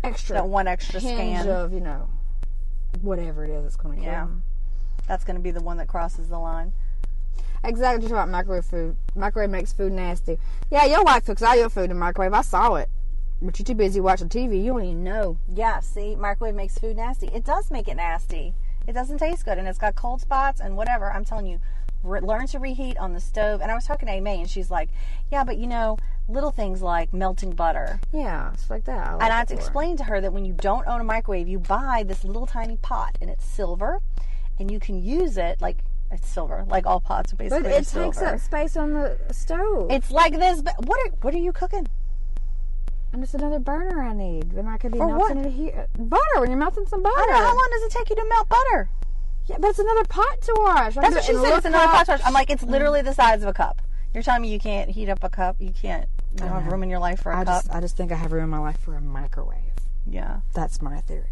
S2: extra
S3: that one extra
S2: hinge
S3: scan.
S2: of you know whatever it is that's going to kill
S3: Yeah.
S2: 'em.
S3: That's going to be the one that crosses the line.
S2: Exactly, just about microwave food. Microwave makes food nasty. Yeah, your wife cooks all your food in the microwave. I saw it, but you're too busy watching TV. You don't even know.
S3: Yeah, see, microwave makes food nasty. It does make it nasty. It doesn't taste good, and it's got cold spots and whatever. I'm telling you, re- learn to reheat on the stove. And I was talking to Amy, and she's like, "Yeah, but you know, little things like melting butter."
S2: Yeah, it's like that.
S3: And
S2: like
S3: I
S2: it
S3: had to
S2: for her.
S3: explain to her that when you don't own a microwave, you buy this little tiny pot, and it's silver, and you can use it like it's silver, like all pots are basically
S2: But it
S3: silver.
S2: takes up space on the stove,
S3: It's like this. But what are what are you cooking?
S2: and it's another burner I need. Then I could be
S3: For what?
S2: melting it here. Butter when you're melting some butter.
S3: I don't know how long does it take you to melt butter.
S2: Yeah, but it's another pot to wash.
S3: That's what she said. It's another pot I'm like, it's literally the size of a cup. You're telling me you can't heat up a cup. You can't. You don't have room in your life for a
S2: I
S3: cup.
S2: just, I just think I have room in my life for a microwave.
S3: yeah.
S2: That's my theory.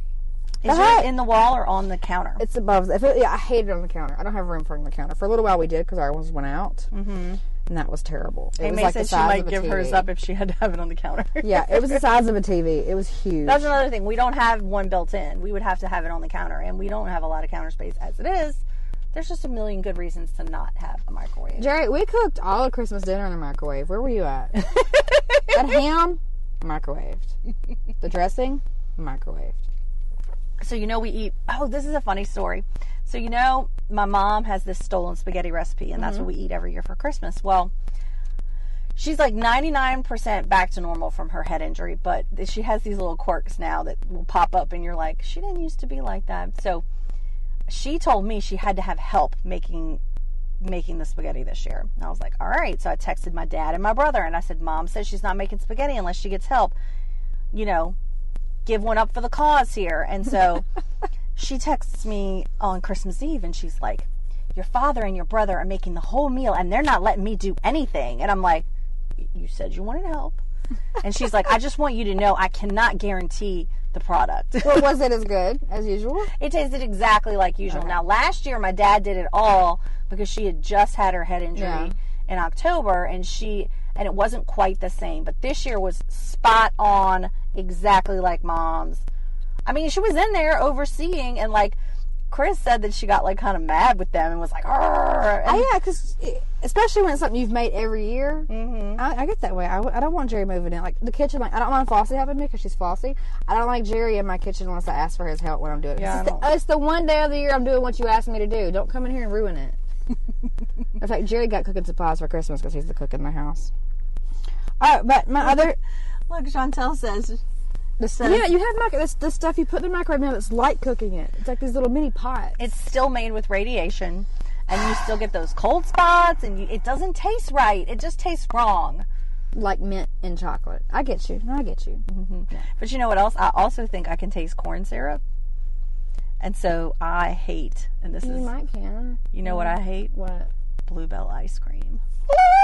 S3: Is
S2: But
S3: it in the wall or on the counter?
S2: It's above. If it, yeah, I hate it on the counter. I don't have room for it on the counter. For a little while we did because our ones went out, mm-hmm. and that was terrible. It was
S3: Amy
S2: like the
S3: said she
S2: size
S3: might
S2: of a
S3: give hers
S2: TV.
S3: up if she had to have it on the counter.
S2: yeah, it was the size of a TV. It was huge.
S3: That's another thing. We don't have one built in. We would have to have it on the counter, and we don't have a lot of counter space as it is. There's just a million good reasons to not have a microwave.
S2: Jerry, we cooked all of Christmas dinner in the microwave. Where were you at? that ham, microwaved. The dressing, microwaved.
S3: So you know we eat. Oh, this is a funny story. So you know my mom has this stolen spaghetti recipe, and that's what we eat every year for Christmas. Well, she's like 99% back to normal from her head injury, but she has these little quirks now that will pop up, and you're like, she didn't used to be like that. So she told me she had to have help making making the spaghetti this year. And I was like, all right. So I texted my dad and my brother, and I said, Mom says she's not making spaghetti unless she gets help. You know, give one up for the cause here. And so she texts me on Christmas Eve and she's like, Your father and your brother are making the whole meal and they're not letting me do anything. And I'm like, You said you wanted help. And she's like, I just want you to know I cannot guarantee the product.
S2: But was it as good as usual?
S3: It tasted exactly like usual. Now, last year, my dad did it all because she had just had her head injury
S2: Yeah.
S3: in October, and she and it wasn't quite the same. But this year was spot on, exactly like mom's. I mean, she was in there overseeing, and like Chris said that she got like kind of mad with them and was like, "Arr," and
S2: Oh yeah, because especially when it's something you've made every year, mm-hmm. I, I get that way. I, w- I don't want Jerry moving in. Like the kitchen, like I don't mind Flossie helping me because she's Flossie. I don't like Jerry in my kitchen unless I ask for his help when I'm doing it.
S3: Yeah, I
S2: it's, the,
S3: don't-
S2: it's the one day of the year I'm doing what you asked me to do. Don't come in here and ruin it. in fact, Jerry got cooking supplies for Christmas because he's the cook in the house. All right, but my other,
S3: Look, Chantel says
S2: the yeah, you have mic- this the stuff you put in the microwave now that's light cooking it. It's like these little mini pots.
S3: it's still made with radiation, and you still get those cold spots, and you, it doesn't taste right. It just tastes wrong."
S2: like mint and chocolate. I get you. I get you.
S3: But you know what else? I also think I can taste corn syrup. And so I hate, and this
S2: You
S3: is,
S2: might can
S3: you know what I hate?
S2: what.
S3: Bluebell ice cream.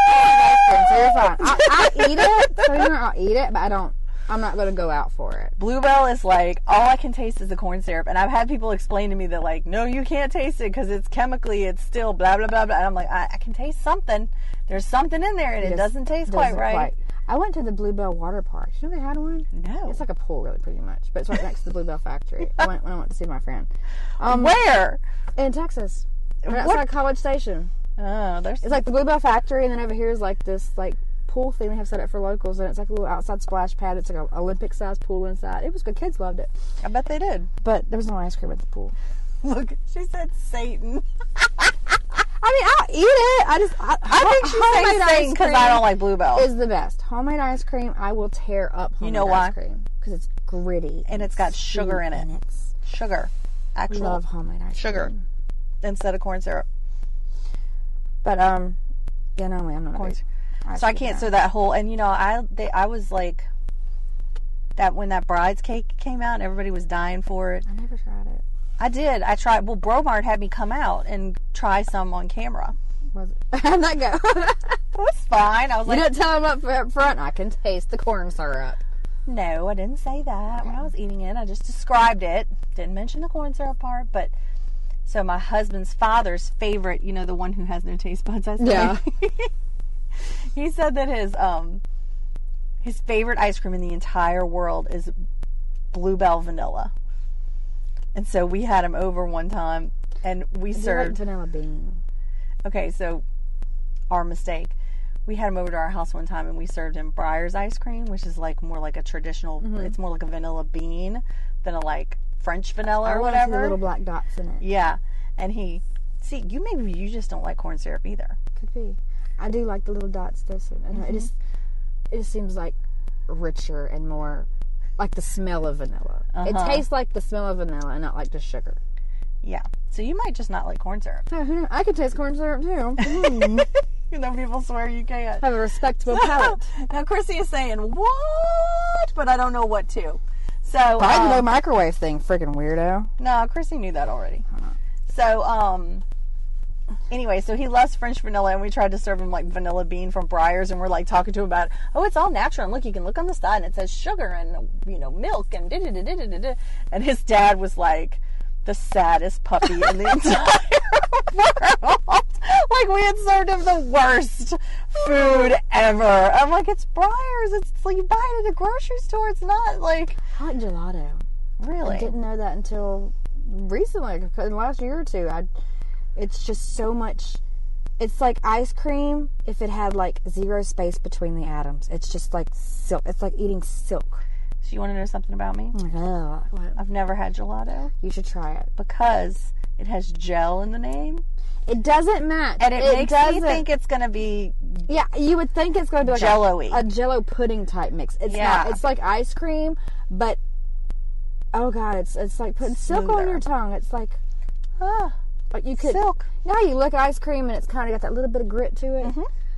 S2: So you're fine. I, I eat it. So you know, I'll eat it, but I don't. I'm not gonna go out for it.
S3: Bluebell is like, all I can taste is the corn syrup. And I've had people explain to me that, like, no, you can't taste it because it's chemically, it's still blah, blah, blah, blah. And I'm like, I, I can taste something. There's something in there, and it
S2: Just
S3: doesnell doesn't taste
S2: doesn't
S3: quite right.
S2: I went to the Bluebell Water Park. You know they had one.
S3: No.
S2: It's like a pool, really, pretty much, but it's right next to the Bluebell Factory. I went when I went to see my friend
S3: um,
S2: Um,
S3: Where?
S2: in Texas, right outside College Station.
S3: Oh, there's.
S2: It's like the Bluebell Factory, and then over here is like this like pool thing they have set up for locals, and it's like a little outside splash pad. It's like an Olympic sized pool inside. It was good. Kids loved it,
S3: I bet they did.
S2: but there was no ice cream at the pool.
S3: Look, she said Satan.
S2: I mean, I'll eat it. I just, I,
S3: I think she's saying saying because I don't like bluebell.
S2: Is the best homemade ice cream. I will tear up homemade
S3: know why?
S2: ice cream because it's gritty
S3: And it's got
S2: sweet
S3: sugar in it.
S2: and it's-
S3: sugar,
S2: I
S3: actual
S2: love homemade ice
S3: sugar
S2: cream.
S3: instead of corn syrup.
S2: But um, yeah, no, I'm not. a
S3: Corn
S2: big ice
S3: So I
S2: cream
S3: can't.
S2: fan.
S3: So that whole and you know I they I was like that when that bride's cake came out and everybody was dying for it.
S2: I never tried it.
S3: I did. I tried. Well, Bromart had me come out and try some on camera.
S2: Was it? How'd that go?
S3: It was fine. I was
S2: you
S3: like,
S2: don't tell them up, up front. I can taste the corn syrup.
S3: no, I didn't say that when I was eating it. I just described it. Didn't mention the corn syrup part, but. So my husband's father's favorite, you know, the one who has no taste buds. I said.
S2: Yeah.
S3: he said that his um his favorite ice cream in the entire world is bluebell vanilla. And so we had him over one time and we
S2: Do you like
S3: served
S2: vanilla bean.
S3: okay, so our mistake. We had him over to our house one time and we served him Briar's ice cream, which is like more like a traditional
S2: Mm-hmm.
S3: it's more like a vanilla bean than a like French vanilla
S2: I
S3: or
S2: wanna see the
S3: whatever.
S2: little black dots in it.
S3: yeah. And he see, you maybe you just don't like corn syrup either.
S2: Could be. I do like the little dots though. So, I know,
S3: Mm-hmm.
S2: It just it just seems like richer and more like the smell of vanilla.
S3: Uh-huh.
S2: It tastes like the smell of vanilla and not like just sugar.
S3: Yeah. So you might just not like corn syrup.
S2: No, who kn- I could taste corn syrup too. I
S3: You know, people swear you can't.
S2: Hmm. have a respectable palate.
S3: now, Chrissy is saying, what? But I don't know what to. So,
S2: I like the no
S3: um,
S2: microwave thing, freaking weirdo.
S3: no, Chrissy knew that already. So, um, anyway, so he loves French vanilla, and we tried to serve him like vanilla bean from Briars, and we're like talking to him about, oh, it's all natural. And look, you can look on the side, and it says sugar and, you know, milk and da da da da da da. And his dad was like, the saddest puppy in the entire world. Like we had served him the worst food ever. I'm like, it's Briars. It's, it's like you buy it at a grocery store. It's not like
S2: I like gelato.
S3: really.
S2: Didn't know that until recently, like, in the last year or two. I, it's just so much. It's like ice cream if it had like zero space between the atoms. It's just like silk. It's like eating silk.
S3: So you want to know something about me?
S2: I'm like, ugh, what?
S3: I've never had gelato
S2: You should try it.
S3: because it has gel in the name,
S2: It doesn't match.
S3: and it, makes me
S2: doesn't.
S3: think it's gonna be
S2: Yeah, you would think it's going to be like a-
S3: Jell-O-y.
S2: a, Jello pudding type mix. It's
S3: Yeah.
S2: not. It's like ice cream, but oh god, it's it's like putting silk on
S3: Smoother.
S2: your tongue. It's like
S3: ah,
S2: like you could
S3: silk. Mm-hmm.
S2: Now you look at ice cream and it's kind of got that little bit of grit to it.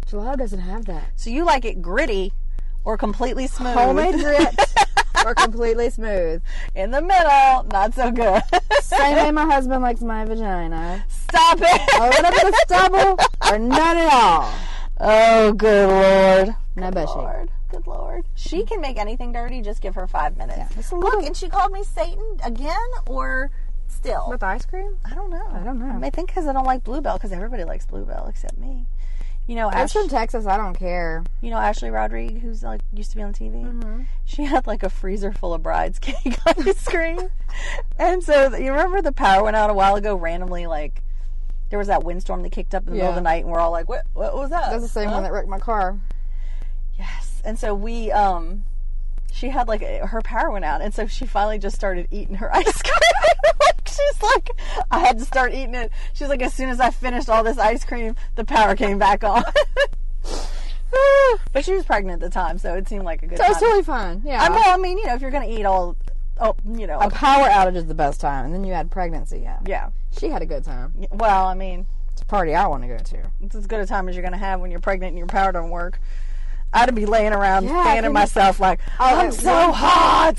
S2: Gelato doesn't have that.
S3: So you like it gritty or completely smooth?
S2: Homemade grit or completely smooth.
S3: in the middle, not so good.
S2: Same way my husband likes my vagina.
S3: Stop it.
S2: A little bit of stubble or none at all.
S3: Oh, good lord.
S2: No
S3: Good
S2: bushing.
S3: lord. Good lord. She can make anything dirty. Just give her five minutes.
S2: it's a
S3: Look,
S2: little-
S3: and she called me Satan again, or still?
S2: With ice cream?
S3: I don't know.
S2: I don't know.
S3: I may think because I don't like bluebell because everybody likes bluebell except me. You know, Ash,
S2: That's from Texas. I don't care.
S3: you know Ashley Rodrigue, who's like used to be on TV.
S2: Mm-hmm.
S3: She had like a freezer full of bride's cake ice cream, and so th- you remember the power went out a while ago randomly. Like there was that windstorm that kicked up in the middle of
S2: Yeah.
S3: the night, and we're all like, "What? What was that?"
S2: That's the same
S3: Huh?
S2: one that wrecked my car.
S3: Yes. And so we, um, she had like a, her power went out, and so she finally just started eating her ice cream. Like, She's like, I had to start eating it. She's like, as soon as I finished all this ice cream, the power came back on. but she was pregnant at the time, so it seemed like a good
S2: So it's
S3: time.
S2: totally fun. Yeah.
S3: I know. Uh, I mean, you know, if you're gonna eat all, oh, you know,
S2: a power outage is the best time, and then you had pregnancy. Yeah,
S3: yeah.
S2: she had a good time.
S3: Well, I mean,
S2: It's a party I want to go to.
S3: it's as good a time as you're gonna have when you're pregnant and your power don't work. I'd be laying around
S2: Yeah,
S3: fanning
S2: can you-
S3: myself like, I'm
S2: that
S3: so hot.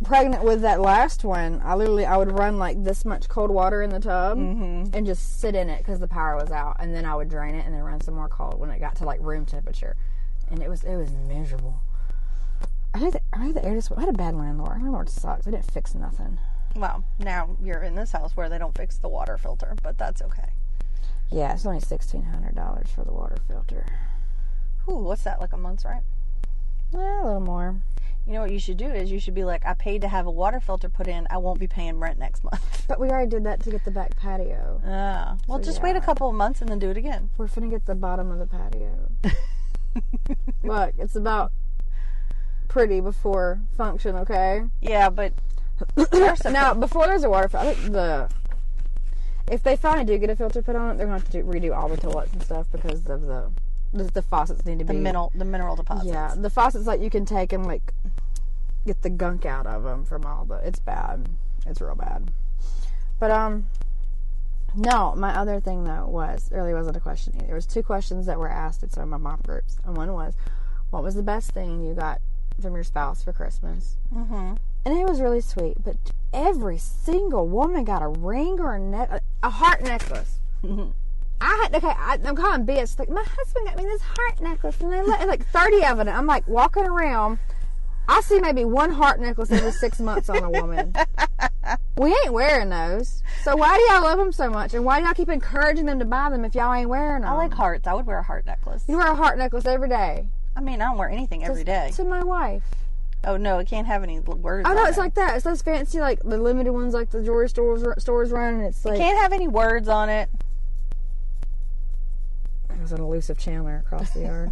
S2: Pregnant with that last one, I literally I would run like this much cold water in the tub and just sit in it because the power was out, and then I would drain it and then run some more cold when it got to like room temperature, and it was it was miserable. I think the, I think the air just I had a bad landlord. My landlord sucks. They didn't fix nothing.
S3: Well, now you're in this house where they don't fix the water filter, but that's okay.
S2: Yeah, it's only sixteen hundred dollars for the water filter.
S3: Ooh, what's that, like a month's rent?
S2: Eh, a little more.
S3: You know what you should do is you should be like, I paid to have a water filter put in. I won't be paying rent next month.
S2: But we already did that to get the back patio.
S3: Ah, well, just wait a couple of months and then do it again.
S2: We're finna get the bottom of the patio. Look, it's about pretty before function, okay?
S3: Yeah, but
S2: Now, before there's a waterfall, I think the if they finally do get a filter put on it, they're going to have to do, redo all the toilets and stuff because of the the, the faucets need to
S3: The
S2: be
S3: mineral, the mineral deposits.
S2: Yeah, the faucets like you can take and like get the gunk out of them from all the. It's bad. It's real bad. But um, no. My other thing though was it really wasn't a question. There was two questions that were asked at some of my mom groups, and one was, "What was the best thing you got from your spouse for Christmas?" Mm-hmm. And it was really sweet. But every single woman got a ring or a net, a heart necklace. I had okay. I, I'm calling bitch. Like my husband got me this heart necklace, and they like, like 30 of it. I'm like walking around. I see maybe one heart necklace every six months on a woman. we ain't wearing those. So why do y'all love them so much, and why do y'all keep encouraging them to buy them if y'all ain't wearing them?
S3: I like hearts. I would wear a heart necklace.
S2: you wear a heart necklace every day.
S3: I mean, I don't wear anything every day.
S2: To my wife.
S3: Oh no, it can't have any l- words.
S2: I know
S3: on
S2: it's
S3: it.
S2: like that. It's those fancy like the limited ones like the jewelry stores stores run, and it's like
S3: can't have any words on it.
S2: it was an elusive Chandler across the yard.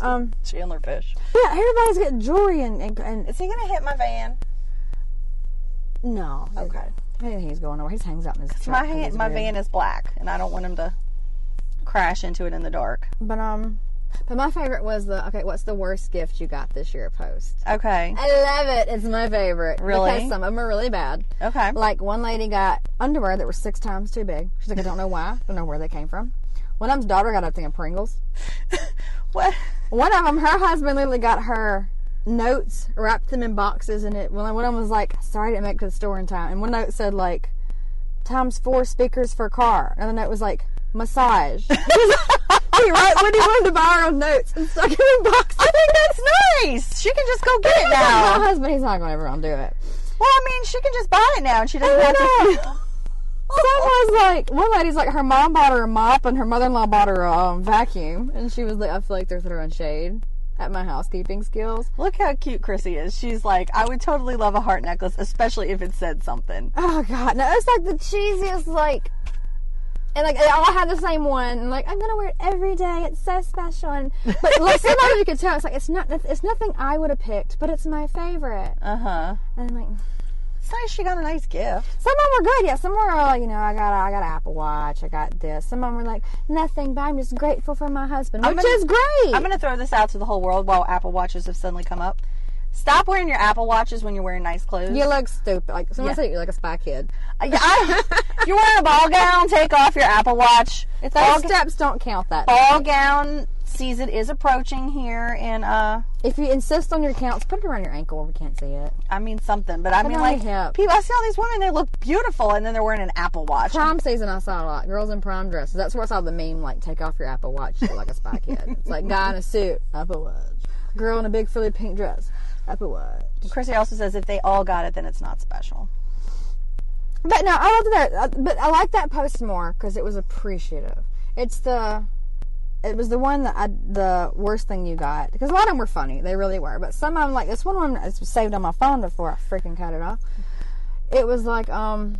S2: um,
S3: Chandler fish.
S2: yeah, everybody's getting jewelry and and, and
S3: Is he gonna hit my van?
S2: No.
S3: Okay.
S2: I didn't think he's going nowhere. He just hangs out in his truck.
S3: My
S2: 'cause
S3: hand,
S2: he's
S3: my
S2: weird.
S3: van is black, and I don't want him to crash into it in the dark.
S2: But um, but my favorite was the okay. What's the worst gift you got this year? Post.
S3: Okay.
S2: I love it. It's my favorite.
S3: Really?
S2: Because some of them are really bad.
S3: Okay.
S2: Like one lady got underwear that was six times too big. She's like, I don't know why. Don't know where they came from. One of them's daughter got a thing of Pringles.
S3: What?
S2: One of them, her husband literally got her notes, wrapped them in boxes, and it. One one of them was like, "Sorry, I didn't make it to the store in time." And one note said like, "Times four speakers for car." Another note was like, "Massage." he wrote when he wanted to buy her own notes and stuck it in boxes.
S3: I think that's nice. She can just go get it now.
S2: My husband, he's not going to ever undo it.
S3: Well, I mean, she can just buy it now, and she doesn't
S2: I
S3: have to.
S2: know. Someone's like, one lady's like, her mom bought her a mop and her mother-in-law bought her a um, vacuum, and she was like, I feel like they're throwing shade at my housekeeping skills.
S3: Look how cute Chrissy is. She's like, I would totally love a heart necklace, especially if it said something.
S2: Oh god, no, it's like the cheesiest like and like they all had the same one and like I'm gonna wear it every day, it's so special and but like sometimes you could tell it's like it's not it's nothing I would have picked, but it's my favorite.
S3: Uh huh.
S2: And I'm like
S3: It's nice. She got a nice gift.
S2: some of them were good, yeah. Some were uh, you know, I got I got an Apple Watch, I got this. Some of them were like nothing, but I'm just grateful for my husband, which
S3: I'm gonna-
S2: is great.
S3: I'm going to throw this out to the whole world while Apple Watches have suddenly come up. Stop wearing your Apple Watches when you're wearing nice clothes.
S2: you look stupid. Like someone
S3: Yeah.
S2: said, you're like a spy kid.
S3: I- I- you're wearing a ball gown, take off your Apple Watch. It's
S2: Those
S3: ball,
S2: steps don't count that.
S3: ball gown season is approaching here in, uh,
S2: If you insist on your counts, put it around your ankle where we can't see it.
S3: I mean something, but I mean
S2: on
S3: like,
S2: your hip.
S3: people, I see all these women, they look beautiful, and then they're wearing an Apple Watch.
S2: prom season I saw a lot. Girls in prom dresses. That's where I saw the meme like take off your Apple Watch you look like a spy kid. It's like guy in a suit, Apple Watch. Girl in a big frilly pink dress, Apple Watch.
S3: Chrissy also says if they all got it, then it's not special.
S2: But no, I loved that. uh, But I like that post more because it was appreciative. It's the, it was the one that I the worst thing you got because a lot of them were funny. They really were. But some of them like this one one is saved on my phone before I freaking cut it off. It was like um.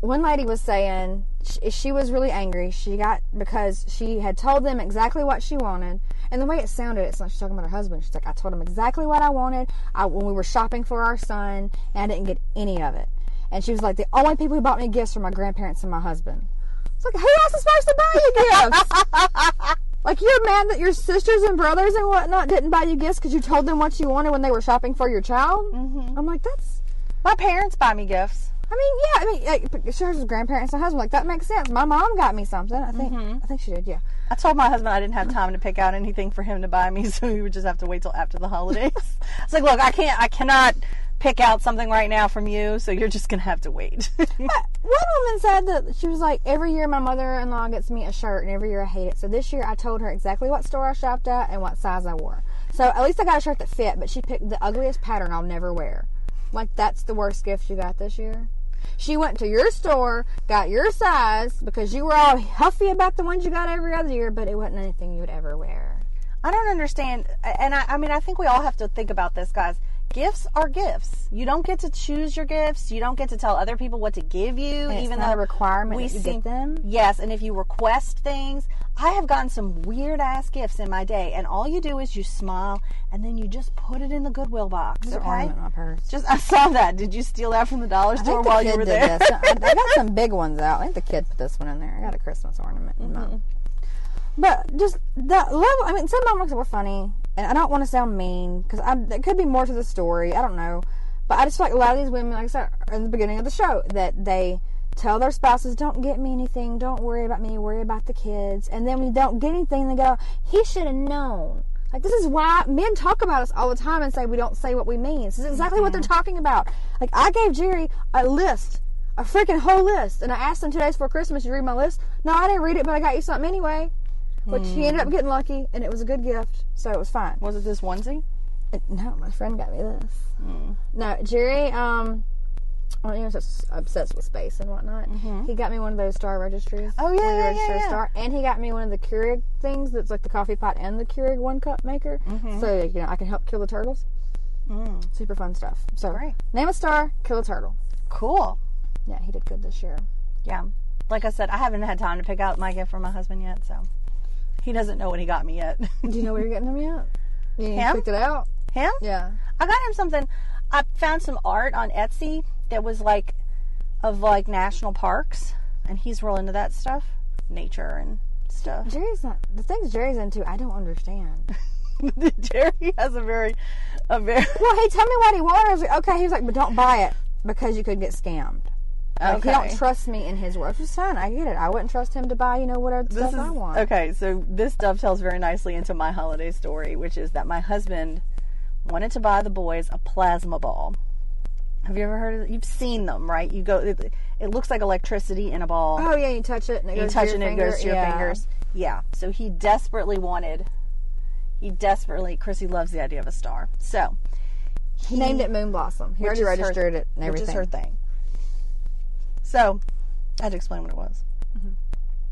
S2: One lady was saying she, she was really angry. She got because she had told them exactly what she wanted, and the way it sounded, it's like she's talking about her husband. She's like, "I told him exactly what I wanted I, when we were shopping for our son, and I didn't get any of it." And she was like, the only people who bought me gifts were my grandparents and my husband. It's like, who else is supposed to buy you gifts? like, you're mad that your sisters and brothers and whatnot didn't buy you gifts because you told them what you wanted when they were shopping for your child? Mm-hmm. I'm like, that's,
S3: My parents buy me gifts.
S2: I mean, yeah, I mean, like, sure, it's grandparents and husband. Like, that makes sense. My mom got me something. I think, I think she did, yeah.
S3: I told my husband I didn't have time to pick out anything for him to buy me, so he would just have to wait till after the holidays. I was like, look, I can't, I cannot pick out something right now from you, so you're just gonna have to wait.
S2: But one woman said that she was like, every year my mother-in-law gets me a shirt, and every year I hate it. So this year I told her exactly what store I shopped at and what size I wore. So at least I got a shirt that fit, but she picked the ugliest pattern I'll never wear. Like that's the worst gift you got this year. She went to your store, got your size because you were all huffy about the ones you got every other year, but it wasn't anything you would ever wear.
S3: I don't understand, and I, I mean, I think we all have to think about this, guys. Gifts are gifts. You don't get to choose your gifts. You don't get to tell other people what to give you,
S2: And it's
S3: even
S2: not
S3: though
S2: a requirement that you get
S3: seem-
S2: them.
S3: Yes, and if you request things, I have gotten some weird ass gifts in my day, and all you do is you smile and then you just put it in the Goodwill box.
S2: There's an
S3: Okay?
S2: ornament in my purse.
S3: Just I saw that. Did you steal that from the dollar
S2: I
S3: store
S2: think the
S3: while
S2: kid
S3: you were
S2: did
S3: there?
S2: this. I, I got some big ones out. I think the kid put this one in there. I got a Christmas ornament. in
S3: Mm-hmm.
S2: mine. But just that level. I mean, some moments were funny, and I don't want to sound mean because there could be more to the story. I don't know, but I just feel like a lot of these women, like I said in the beginning of the show, that they tell their spouses, "Don't get me anything. Don't worry about me. Worry about the kids." And then when you don't get anything, they go, "He should have known." Like this is why men talk about us all the time and say we don't say what we mean. This is exactly what they're talking about. Like I gave Jerry a list a freaking whole list. And I asked him two days before Christmas, you read my list? No, I didn't read it, but I got you something anyway. Which he ended up getting lucky, and it was a good gift, so it was fine.
S3: Was it this onesie?
S2: Uh, No, my friend got me this. No, Jerry, um, well, he was obs- obsessed with space and whatnot. He got me one of those star registries.
S3: Oh, yeah,
S2: When you
S3: yeah,
S2: register
S3: yeah,
S2: a
S3: yeah.
S2: star, and he got me one of the Keurig things that's like the coffee pot and the Keurig one cup maker. So you know, I can help kill the turtles.
S3: Mm.
S2: Super fun stuff. So
S3: Great.
S2: name a star, kill a turtle.
S3: Cool.
S2: Yeah, he did good this year.
S3: Yeah. Like I said, I haven't had time to pick out my gift for my husband yet, so he doesn't know what he got me yet.
S2: Do you know where you're getting them yet? You
S3: Him?
S2: picked it out?
S3: Him?
S2: Yeah.
S3: I got him something. I found some art on Etsy that was like of like national parks, and he's real into that stuff, nature and stuff.
S2: Jerry's not the things Jerry's into. I don't understand.
S3: Jerry has a very, a very
S2: well, he told me what he wanted. I was like, okay. He was like, but don't buy it because you could get scammed. Like, He
S3: Okay.
S2: don't trust me in his world. Which is fine. I get it. I wouldn't trust him to buy you know whatever
S3: This
S2: stuff
S3: is
S2: I want.
S3: okay. So this dovetails very nicely into my holiday story, which is that my husband wanted to buy the boys a plasma ball. Have you ever heard of? You've seen them, right? You go. It, it looks like electricity in a ball.
S2: Oh yeah, you touch it and it
S3: you
S2: goes
S3: touch
S2: to
S3: it
S2: your
S3: and it
S2: finger.
S3: goes to your
S2: yeah.
S3: fingers. Yeah. So he desperately wanted. He desperately. Chrissy loves the idea of a star. So
S2: He named it Moon Blossom. He
S3: which
S2: already
S3: is her-
S2: registered it and everything.
S3: Which is her thing. So I had to explain what it was.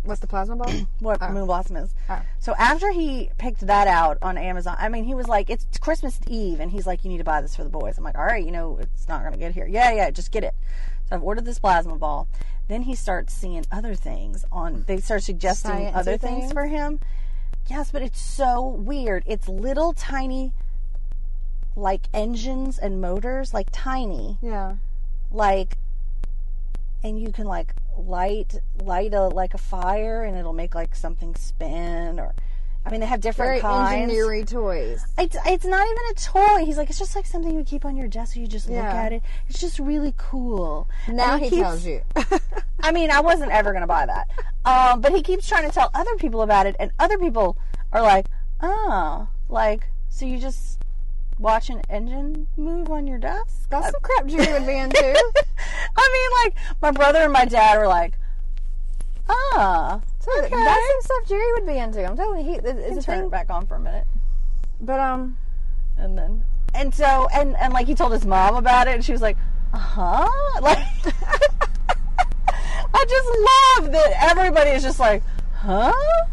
S2: What's the plasma ball?
S3: what moon blossom is.
S2: Oh.
S3: So after he picked that out on Amazon, I mean, he was like, "It's Christmas Eve," and he's like, "You need to buy this for the boys." I'm like, "All right, you know, it's not going to get here. Yeah, yeah, just get it." So I've ordered this plasma ball. Then he starts seeing other things on. They start suggesting
S2: Science
S3: other
S2: things?
S3: things for him. Yes, but it's so weird. It's little tiny, like engines and motors, like tiny
S2: yeah.
S3: like and you can like light light a like a fire and it'll make like something spin or I mean they have different
S2: Very
S3: kinds.
S2: engineering toys.
S3: It's it's not even a toy. He's like it's just like something you keep on your desk. You just look
S2: Yeah.
S3: at it. It's just really cool. And
S2: Now he
S3: keeps-
S2: tells you.
S3: I mean, I wasn't ever going to buy that. Um, but he keeps trying to tell other people about it, and other people are like, oh, like, so you just watch an engine move on your desk?
S2: That's some crap Jerry would be into.
S3: I mean, like, my brother and my dad were like, ah,
S2: So th- That's some stuff Jerry would be into. I'm telling you, he, it-
S3: and
S2: it's a
S3: turn it
S2: thing.
S3: back on for a minute.
S2: But um,
S3: And then, and so, and, and like, he told his mom about it, and she was like, uh huh. Like, I just love that everybody is just like, huh?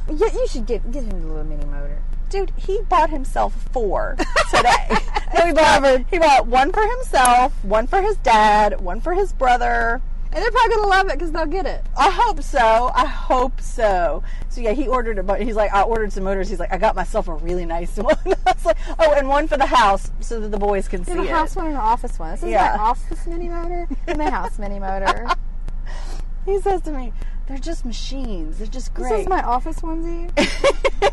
S2: you, you should get get him the little mini motor.
S3: Dude, he bought himself four today. he, bought, he bought one for himself, one for his dad, one for his brother.
S2: And they're probably gonna love it because they'll get it.
S3: I hope so. I hope so. So yeah, he ordered a bunch. He's like, I ordered some motors. He's like, I got myself a really nice one. I was like, oh, and one for the house so that the boys can
S2: You
S3: see
S2: have a
S3: it.
S2: house one and an office one. This is
S3: Yeah.
S2: my office mini motor and my house mini motor.
S3: He says to me, they're just machines. They're just
S2: This
S3: great.
S2: is my office onesie.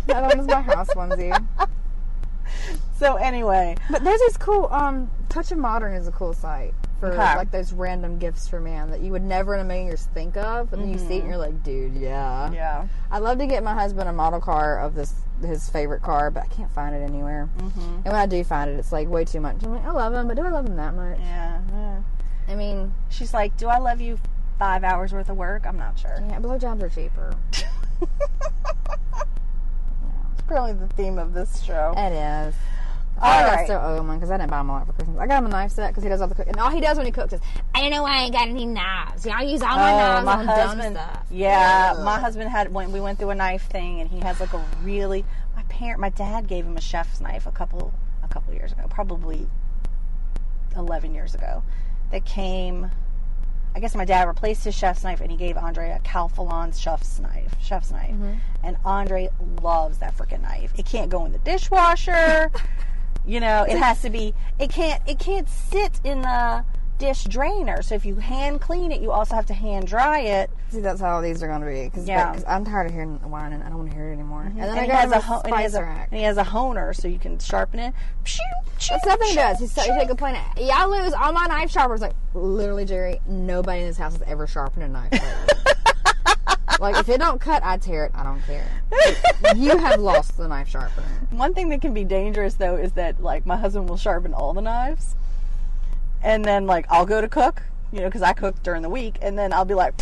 S2: that one is my house onesie.
S3: so anyway,
S2: But there's these cool um, Touch of Modern is a cool site for
S3: Okay.
S2: like those random gifts for man that you would never in a million years think of, and then you see it and you're like, dude, yeah.
S3: Mm-hmm. yeah.
S2: I love to get my husband a model car of this his favorite car, but I can't find it anywhere.
S3: Mm-hmm.
S2: And when I do find it, it's like way too much. I'm like, I love him, but do I love him that much?
S3: yeah, yeah.
S2: I mean,
S3: She's like, do I love you? Five hours worth of work. I'm not sure.
S2: yeah, blowjobs are cheaper.
S3: It's probably the theme of this show.
S2: It is. Oh, I
S3: All
S2: think I
S3: right.
S2: still owe him one because I didn't buy him a lot for Christmas. I got him a knife set because he does all the cooking. And all he does when he cooks is, I don't know why I ain't got any knives. Y'all use all my
S3: Oh,
S2: knives
S3: my
S2: on
S3: husband.
S2: dumb stuff.
S3: Yeah, my husband had when we went through a knife thing, and he has like a really. My parent, my dad gave him a chef's knife a couple a couple years ago, probably eleven years ago. That came I guess my dad replaced his chef's knife and he gave Andre a Calphalon chef's knife. Chef's knife. And Andre loves that freaking knife. It can't go in the dishwasher. you know, it has to be it can't it can't sit in the dish drainer. So if you hand clean it, you also have to hand dry it.
S2: See, that's how all these are going to be. Cause,
S3: Yeah.
S2: Because I'm tired of hearing the whining. I don't want to hear it anymore. Mm-hmm. And then
S3: And
S2: I
S3: he
S2: got
S3: has
S2: him a
S3: a ho- and he has
S2: spice
S3: a
S2: rack.
S3: and he has a honer so you can sharpen it. Pshoo, pshoo,
S2: That's nothing
S3: pshoo,
S2: he does. He's so, he's
S3: pshoo.
S2: like complaining. Yeah, I lose all my knife sharpeners. Like literally, Jerry. Nobody in this house has ever sharpened a knife. lately. like if it don't cut, I tear it. I don't care. you have lost the knife sharpener.
S3: One thing that can be dangerous though is that like my husband will sharpen all the knives, and then like I'll go to cook, you know, because I cook during the week, and then I'll be like,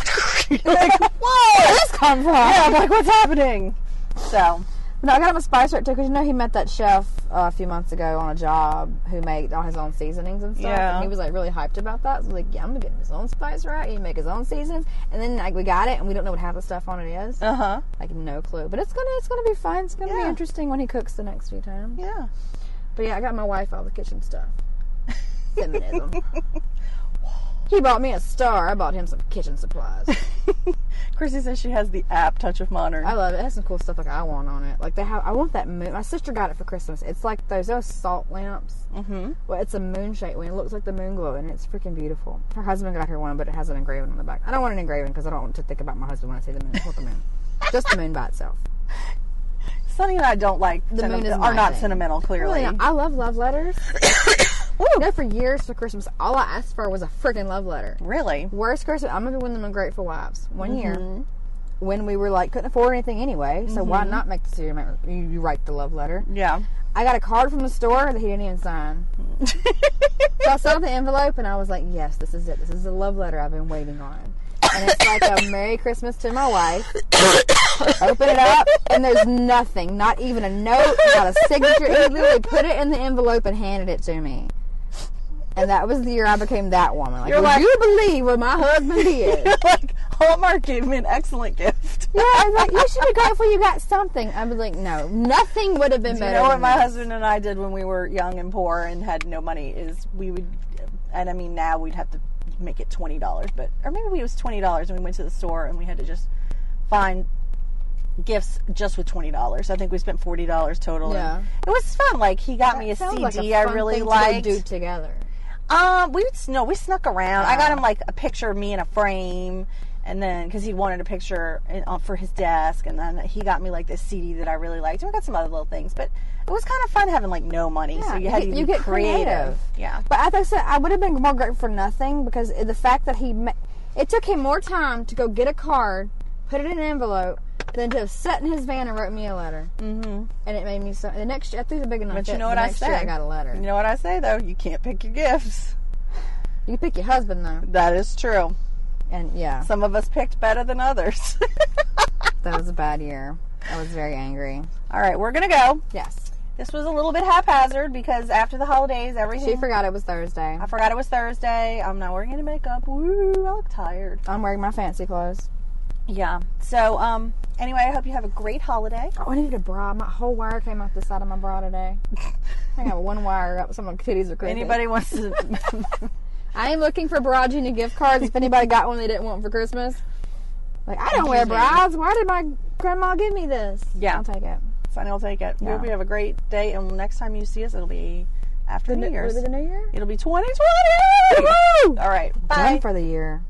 S3: like
S2: Where
S3: whoa,
S2: did this come from?
S3: yeah, I'm like, what's happening? So
S2: No, I got him a spice rack too because you know he met that chef uh, a few months ago on a job who made all his own seasonings and stuff.
S3: Yeah.
S2: And he was like really hyped about that. So like, yeah, I'm gonna get him his own spice rack. He make his own seasons. And then like we got it, and we don't know what half the stuff on it is.
S3: uh huh,
S2: Like no clue. But it's gonna it's gonna be fun. It's gonna be
S3: Yeah.
S2: interesting when he cooks the next few times.
S3: yeah.
S2: But yeah, I got my wife all the kitchen stuff. Feminism. he bought me a star. I bought him some kitchen supplies.
S3: Chrissy says she has the app Touch of Modern.
S2: I love it. It has some cool stuff like I want on it. Like they have, I want that moon. My sister got it for Christmas. It's like those those salt lamps.
S3: mm-hmm.
S2: Well, it's a moon shaped one. It looks like the moon glow, and it's freaking beautiful. Her husband got her one, but it has an engraving on the back. I don't want an engraving because I don't want to think about my husband when I see the moon. I want the moon. Just the moon by itself.
S3: Sonny and I don't like
S2: The moon is
S3: are
S2: my
S3: not
S2: thing.
S3: sentimental. Clearly,
S2: Really, I love love letters. you know, for years for Christmas, all I asked for was a freaking love letter.
S3: really.
S2: Worst Christmas, I remember when the Ungrateful Wives, one year, when we were like, couldn't afford anything anyway, so why not make the decision? to make- You, you write the love letter.
S3: Yeah.
S2: I got a card from the store that he didn't even sign. so I saw the envelope and I was like, yes, this is it. This is the love letter I've been waiting on. And it's like a Merry Christmas to my wife. Open it up and there's nothing, not even a note, not a signature. He literally put it in the envelope and handed it to me. And that was the year I became that woman. Like,
S3: You're
S2: would
S3: like-
S2: you believe what my husband did?
S3: like Hallmark gave me an excellent gift.
S2: yeah, I was like, you should be grateful you got something. I was like, no, nothing would have been
S3: You
S2: better.
S3: know what
S2: than
S3: my
S2: this.
S3: husband and I did when we were young and poor and had no money is we would, and I mean now we'd have to make it twenty dollars, but or maybe it was twenty dollars and we went to the store and we had to just find gifts just with twenty dollars. I think we spent forty dollars total.
S2: Yeah.
S3: and it was fun. Like he got me a
S2: Sounds
S3: CD
S2: like a
S3: I
S2: fun
S3: really
S2: thing to go
S3: liked.
S2: do together.
S3: Um, we would s- no, we snuck around. I got
S2: Wow.
S3: him like a picture of me in a frame, and then because he wanted a picture in, uh, for his desk, and then he got me like this CD that I really liked. And we got some other little things, but it was kind of fun having like no money, so
S2: Yeah,
S3: you had
S2: you-
S3: to
S2: you
S3: be
S2: get creative.
S3: Yeah,
S2: But as I said, I would have been more grateful for nothing because the fact that he, ma- it took him more time to go get a card, put it in an envelope, than to have sat in his van and wrote me a letter. Mm-hmm. And it made me so. The next year, I threw the big enough.
S3: but
S2: fit.
S3: you know
S2: The
S3: what I
S2: next year
S3: say.
S2: I got a letter.
S3: You know what I say though. You can't pick your gifts.
S2: You pick your husband though,
S3: That is true.
S2: and yeah,
S3: Some of us picked better than others.
S2: that was a bad year. I was very angry.
S3: All right, we're gonna go.
S2: Yes,
S3: This was a little bit haphazard because after the holidays,
S2: she
S3: everything.
S2: forgot it was Thursday.
S3: I forgot it was Thursday. I'm not wearing any makeup. Woo! I look tired.
S2: I'm wearing my fancy clothes.
S3: Yeah. So, um, anyway, I hope you have a great holiday.
S2: Oh, I needed a bra. My whole wire came out the side of my bra today. I got one wire up. Some of my titties are crazy.
S3: Anybody wants to
S2: I am looking for bra junior gift cards if anybody got one they didn't want for Christmas. Like, I don't wear bras. Why did my grandma give me this?
S3: Yeah.
S2: I'll take it.
S3: Sonny will take it. We
S2: Yeah.
S3: hope you have a great day and next time you see us it'll be after New Year's.
S2: Was it the new year?
S3: It'll be twenty twenty. All right. Bye.
S2: Done for the year.